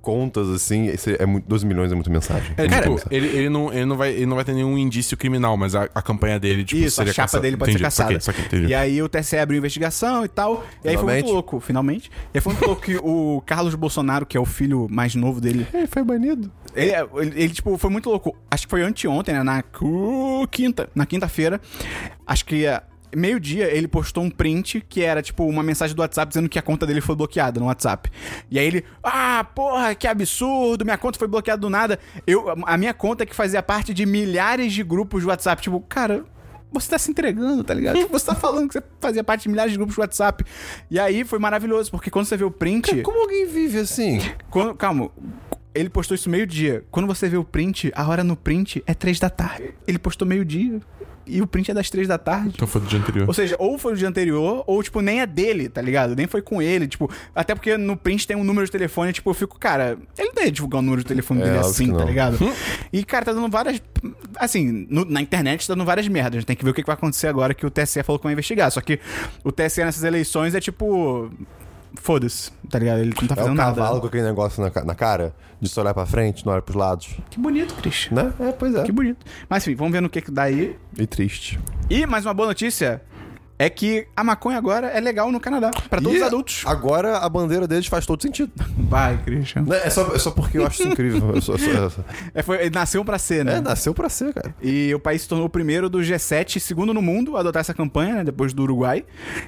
contas assim, esse é muito, 12 milhões é muita mensagem. É, muita tipo, mensagem. ele, ele, não, ele, não vai, ele não vai ter nenhum indício criminal, mas a, a campanha dele, tipo, Isso, a chapa caça- dele pode Entendi, ser caçada. Saquei, saquei, entendi. e aí o TSE abriu investigação e tal. E aí foi muito Finalmente. louco, finalmente. E aí foi muito louco que o Carlos Bolsonaro, que é o filho mais novo dele, Ele foi banido. ele, ele- ele, tipo, foi muito louco. Acho que foi anteontem, né? Na cu- quinta. Na quinta-feira. Acho que é, meio-dia ele postou um print que era, tipo, uma mensagem do WhatsApp dizendo que a conta dele foi bloqueada no WhatsApp. E aí ele, ah, porra, que absurdo, minha conta foi bloqueada do nada. Eu, a minha conta é que fazia parte de milhares de grupos de WhatsApp. Tipo, cara. Você tá se entregando, tá ligado? Tipo, Você tá falando que você fazia parte de milhares de grupos de WhatsApp. E aí foi maravilhoso, porque quando você vê o print. É, Como alguém vive assim? Quando- calma. Ele postou isso meio-dia. Quando você vê o print, a hora no print é três da tarde. Ele postou meio-dia. E o print é das três da tarde. Então foi do dia anterior. Ou seja, ou foi o dia anterior, ou, tipo, nem é dele, tá ligado? Nem foi com ele, tipo... Até porque no print tem um número de telefone, tipo, eu fico... Cara, ele não ia divulgar o número de telefone dele É, óbvio assim, que tá não. ligado? E, cara, tá dando várias... Assim, no- na internet tá dando várias merdas. A gente tem que ver o que que vai acontecer agora que o TSE falou que vai investigar. Só que o TSE nessas eleições é, tipo... Foda-se, tá ligado? Ele não tá É um fazendo cavalo nada. com aquele negócio na, ca- na cara, de só olhar pra frente, não olhar pros lados. Que bonito, Christian. Né? É, pois é. Que bonito. Mas enfim, vamos ver no que, que dá aí. E triste. E mais uma boa notícia é que a maconha agora é legal no Canadá, pra todos E os adultos. Agora a bandeira deles faz todo sentido. ah, Vai, Christian. Né? É, só, é só porque eu acho isso incrível. Eu só- só- só- É, foi, ele nasceu pra ser, né? É, nasceu pra ser, cara. E o país se tornou o primeiro do G7, segundo no mundo, a adotar essa campanha, né? Depois do Uruguai.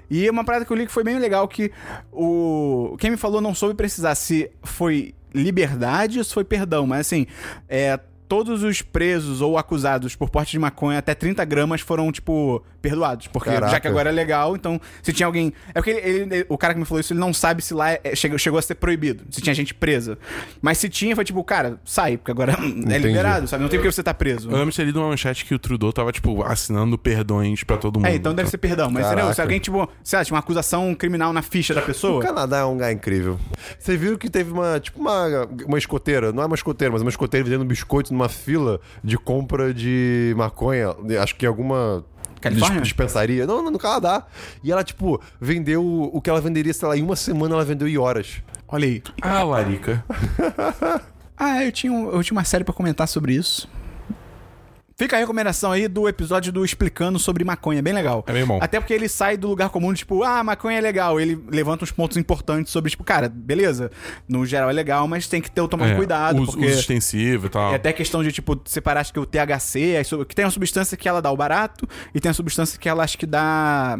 E uma parada que eu li que foi bem legal, que o... Quem me falou não soube precisar se foi liberdade ou se foi perdão. Mas assim, é, todos os presos ou acusados por porte de maconha até 30 gramas foram, tipo, perdoados. Porque já que Caraca. agora é legal, então se tinha alguém... É porque ele- ele- o cara que me falou isso, ele não sabe se lá é- chegou, chegou a ser proibido. Se tinha gente presa. Mas se tinha, foi tipo, cara, sai, porque agora é liberado, sabe? Não tem porque você tá preso. Eu lembro de ter lido uma manchete que o Trudeau tava, tipo, assinando perdões pra todo mundo. É, então deve ser perdão. Mas Caraca. entendeu? Se alguém, tipo, sei lá, tinha uma acusação criminal na ficha da O pessoa. Canadá é um lugar incrível. Vocês viram que teve uma, tipo uma, uma escoteira, não é uma escoteira, mas uma escoteira vendendo biscoito numa fila de compra de maconha, acho que em alguma Califórnia? dis- dispensaria. Não, não, no Canadá. E ela, tipo, vendeu o que ela venderia, sei lá, em uma semana ela vendeu em horas. Olha aí. Ah, Larica. Ah, eu tinha, um- eu tinha uma série pra comentar sobre isso. Fica a recomendação aí do episódio do Explicando sobre maconha, bem legal. É bem bom. Até porque ele sai do lugar comum, tipo, ah, maconha é legal. Ele levanta uns pontos importantes sobre, tipo, cara, beleza, no geral é legal, mas tem que ter o tomar É, cuidado, uso, porque... uso extensivo e tal. E até questão de, tipo, separar, acho que o THC, as sub- que tem uma substância que ela dá o barato, e tem a substância que ela acho que dá.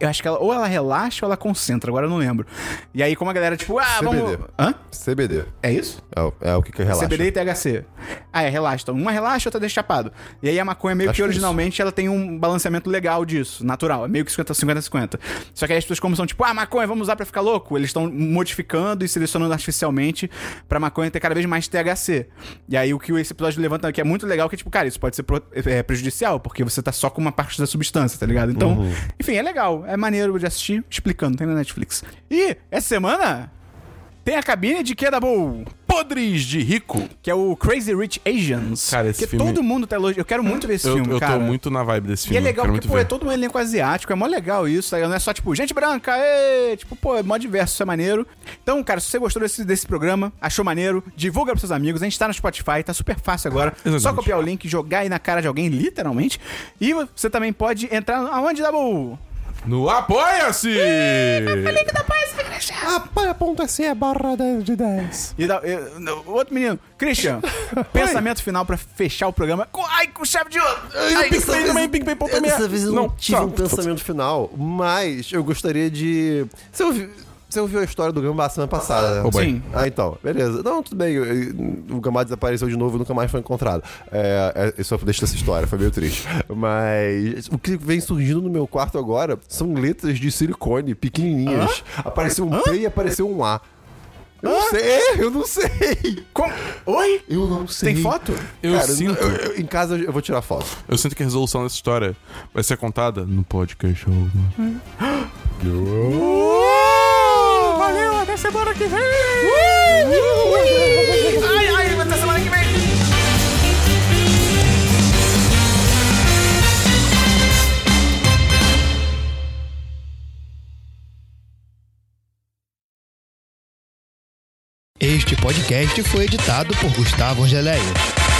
Eu acho que ela. Ou ela relaxa ou ela concentra, agora eu não lembro. E aí, como a galera, tipo, ah, vamos. CBD. Hã? CBD. É isso? É, o- é o que, que relaxa. CBD e THC. Ah, é, relaxa. Então, uma relaxa, outra deixa chapado. E aí a maconha meio Acho que que é originalmente ela tem um balanceamento legal disso, natural. É meio que 50, 50, 50. Só que aí as pessoas como são tipo, ah, maconha, vamos usar pra ficar louco. Eles estão modificando e selecionando artificialmente pra maconha ter cada vez mais THC. E aí o que esse episódio levanta aqui é muito legal, que é tipo, Uhum. cara, isso pode ser pro- é, prejudicial, porque você tá só com uma parte da substância, tá ligado? Então, enfim, é legal. É é maneiro de assistir, explicando, tem na Netflix. E essa semana tem a cabine de Kedabow, Podres de Rico. que é o Crazy Rich Asians. Cara, esse que filme- todo mundo tá elogiando. Eu quero muito ver esse Eu, filme, eu cara. tô muito na vibe desse E filme. é legal quero porque, muito pô, é ver. todo um elenco asiático, é mó legal isso, tá ligado? Não é só, tipo, gente branca, ê! Tipo, pô, é mó diverso, isso é maneiro. Então, cara, se você gostou desse, desse programa, achou maneiro, divulga pros seus amigos, a gente tá no Spotify, tá super fácil agora. Ah, Exatamente. Só copiar o link, jogar aí na cara de alguém, literalmente. E você também pode entrar no- aonde, Dabu? No Apoia-se! Apoia.se barra 10 de 10. E da, e- no- outro menino, Christian, pensamento final pra fechar o programa. Com- Ai, com chave de ouro! Ai, Dessa vez- também, PicPay.me. Dessa vez eu não, Não, tive tá. um pensamento final, mas eu gostaria de. Você ouviu, você ouviu a história do Gambá semana passada? né? boy. Sim. Ah, então, beleza. Não, tudo bem. eu- eu- O Gambá desapareceu de novo e nunca mais foi encontrado. É, é, eu só deixo essa história, foi meio triste. Mas o que vem surgindo no meu quarto agora são letras de silicone pequenininhas. Apareceu um P e apareceu um A. Eu não sei, é, eu não sei. Com- Oi? Eu não sei. Tem foto? Eu Cara, sinto. eu- eu- em casa eu vou tirar foto. Eu sinto que a resolução dessa história vai ser contada no podcast show. Valeu, até semana que vem! Ai, ai, até semana que vem. Este podcast foi editado por Gustavo Angeléia.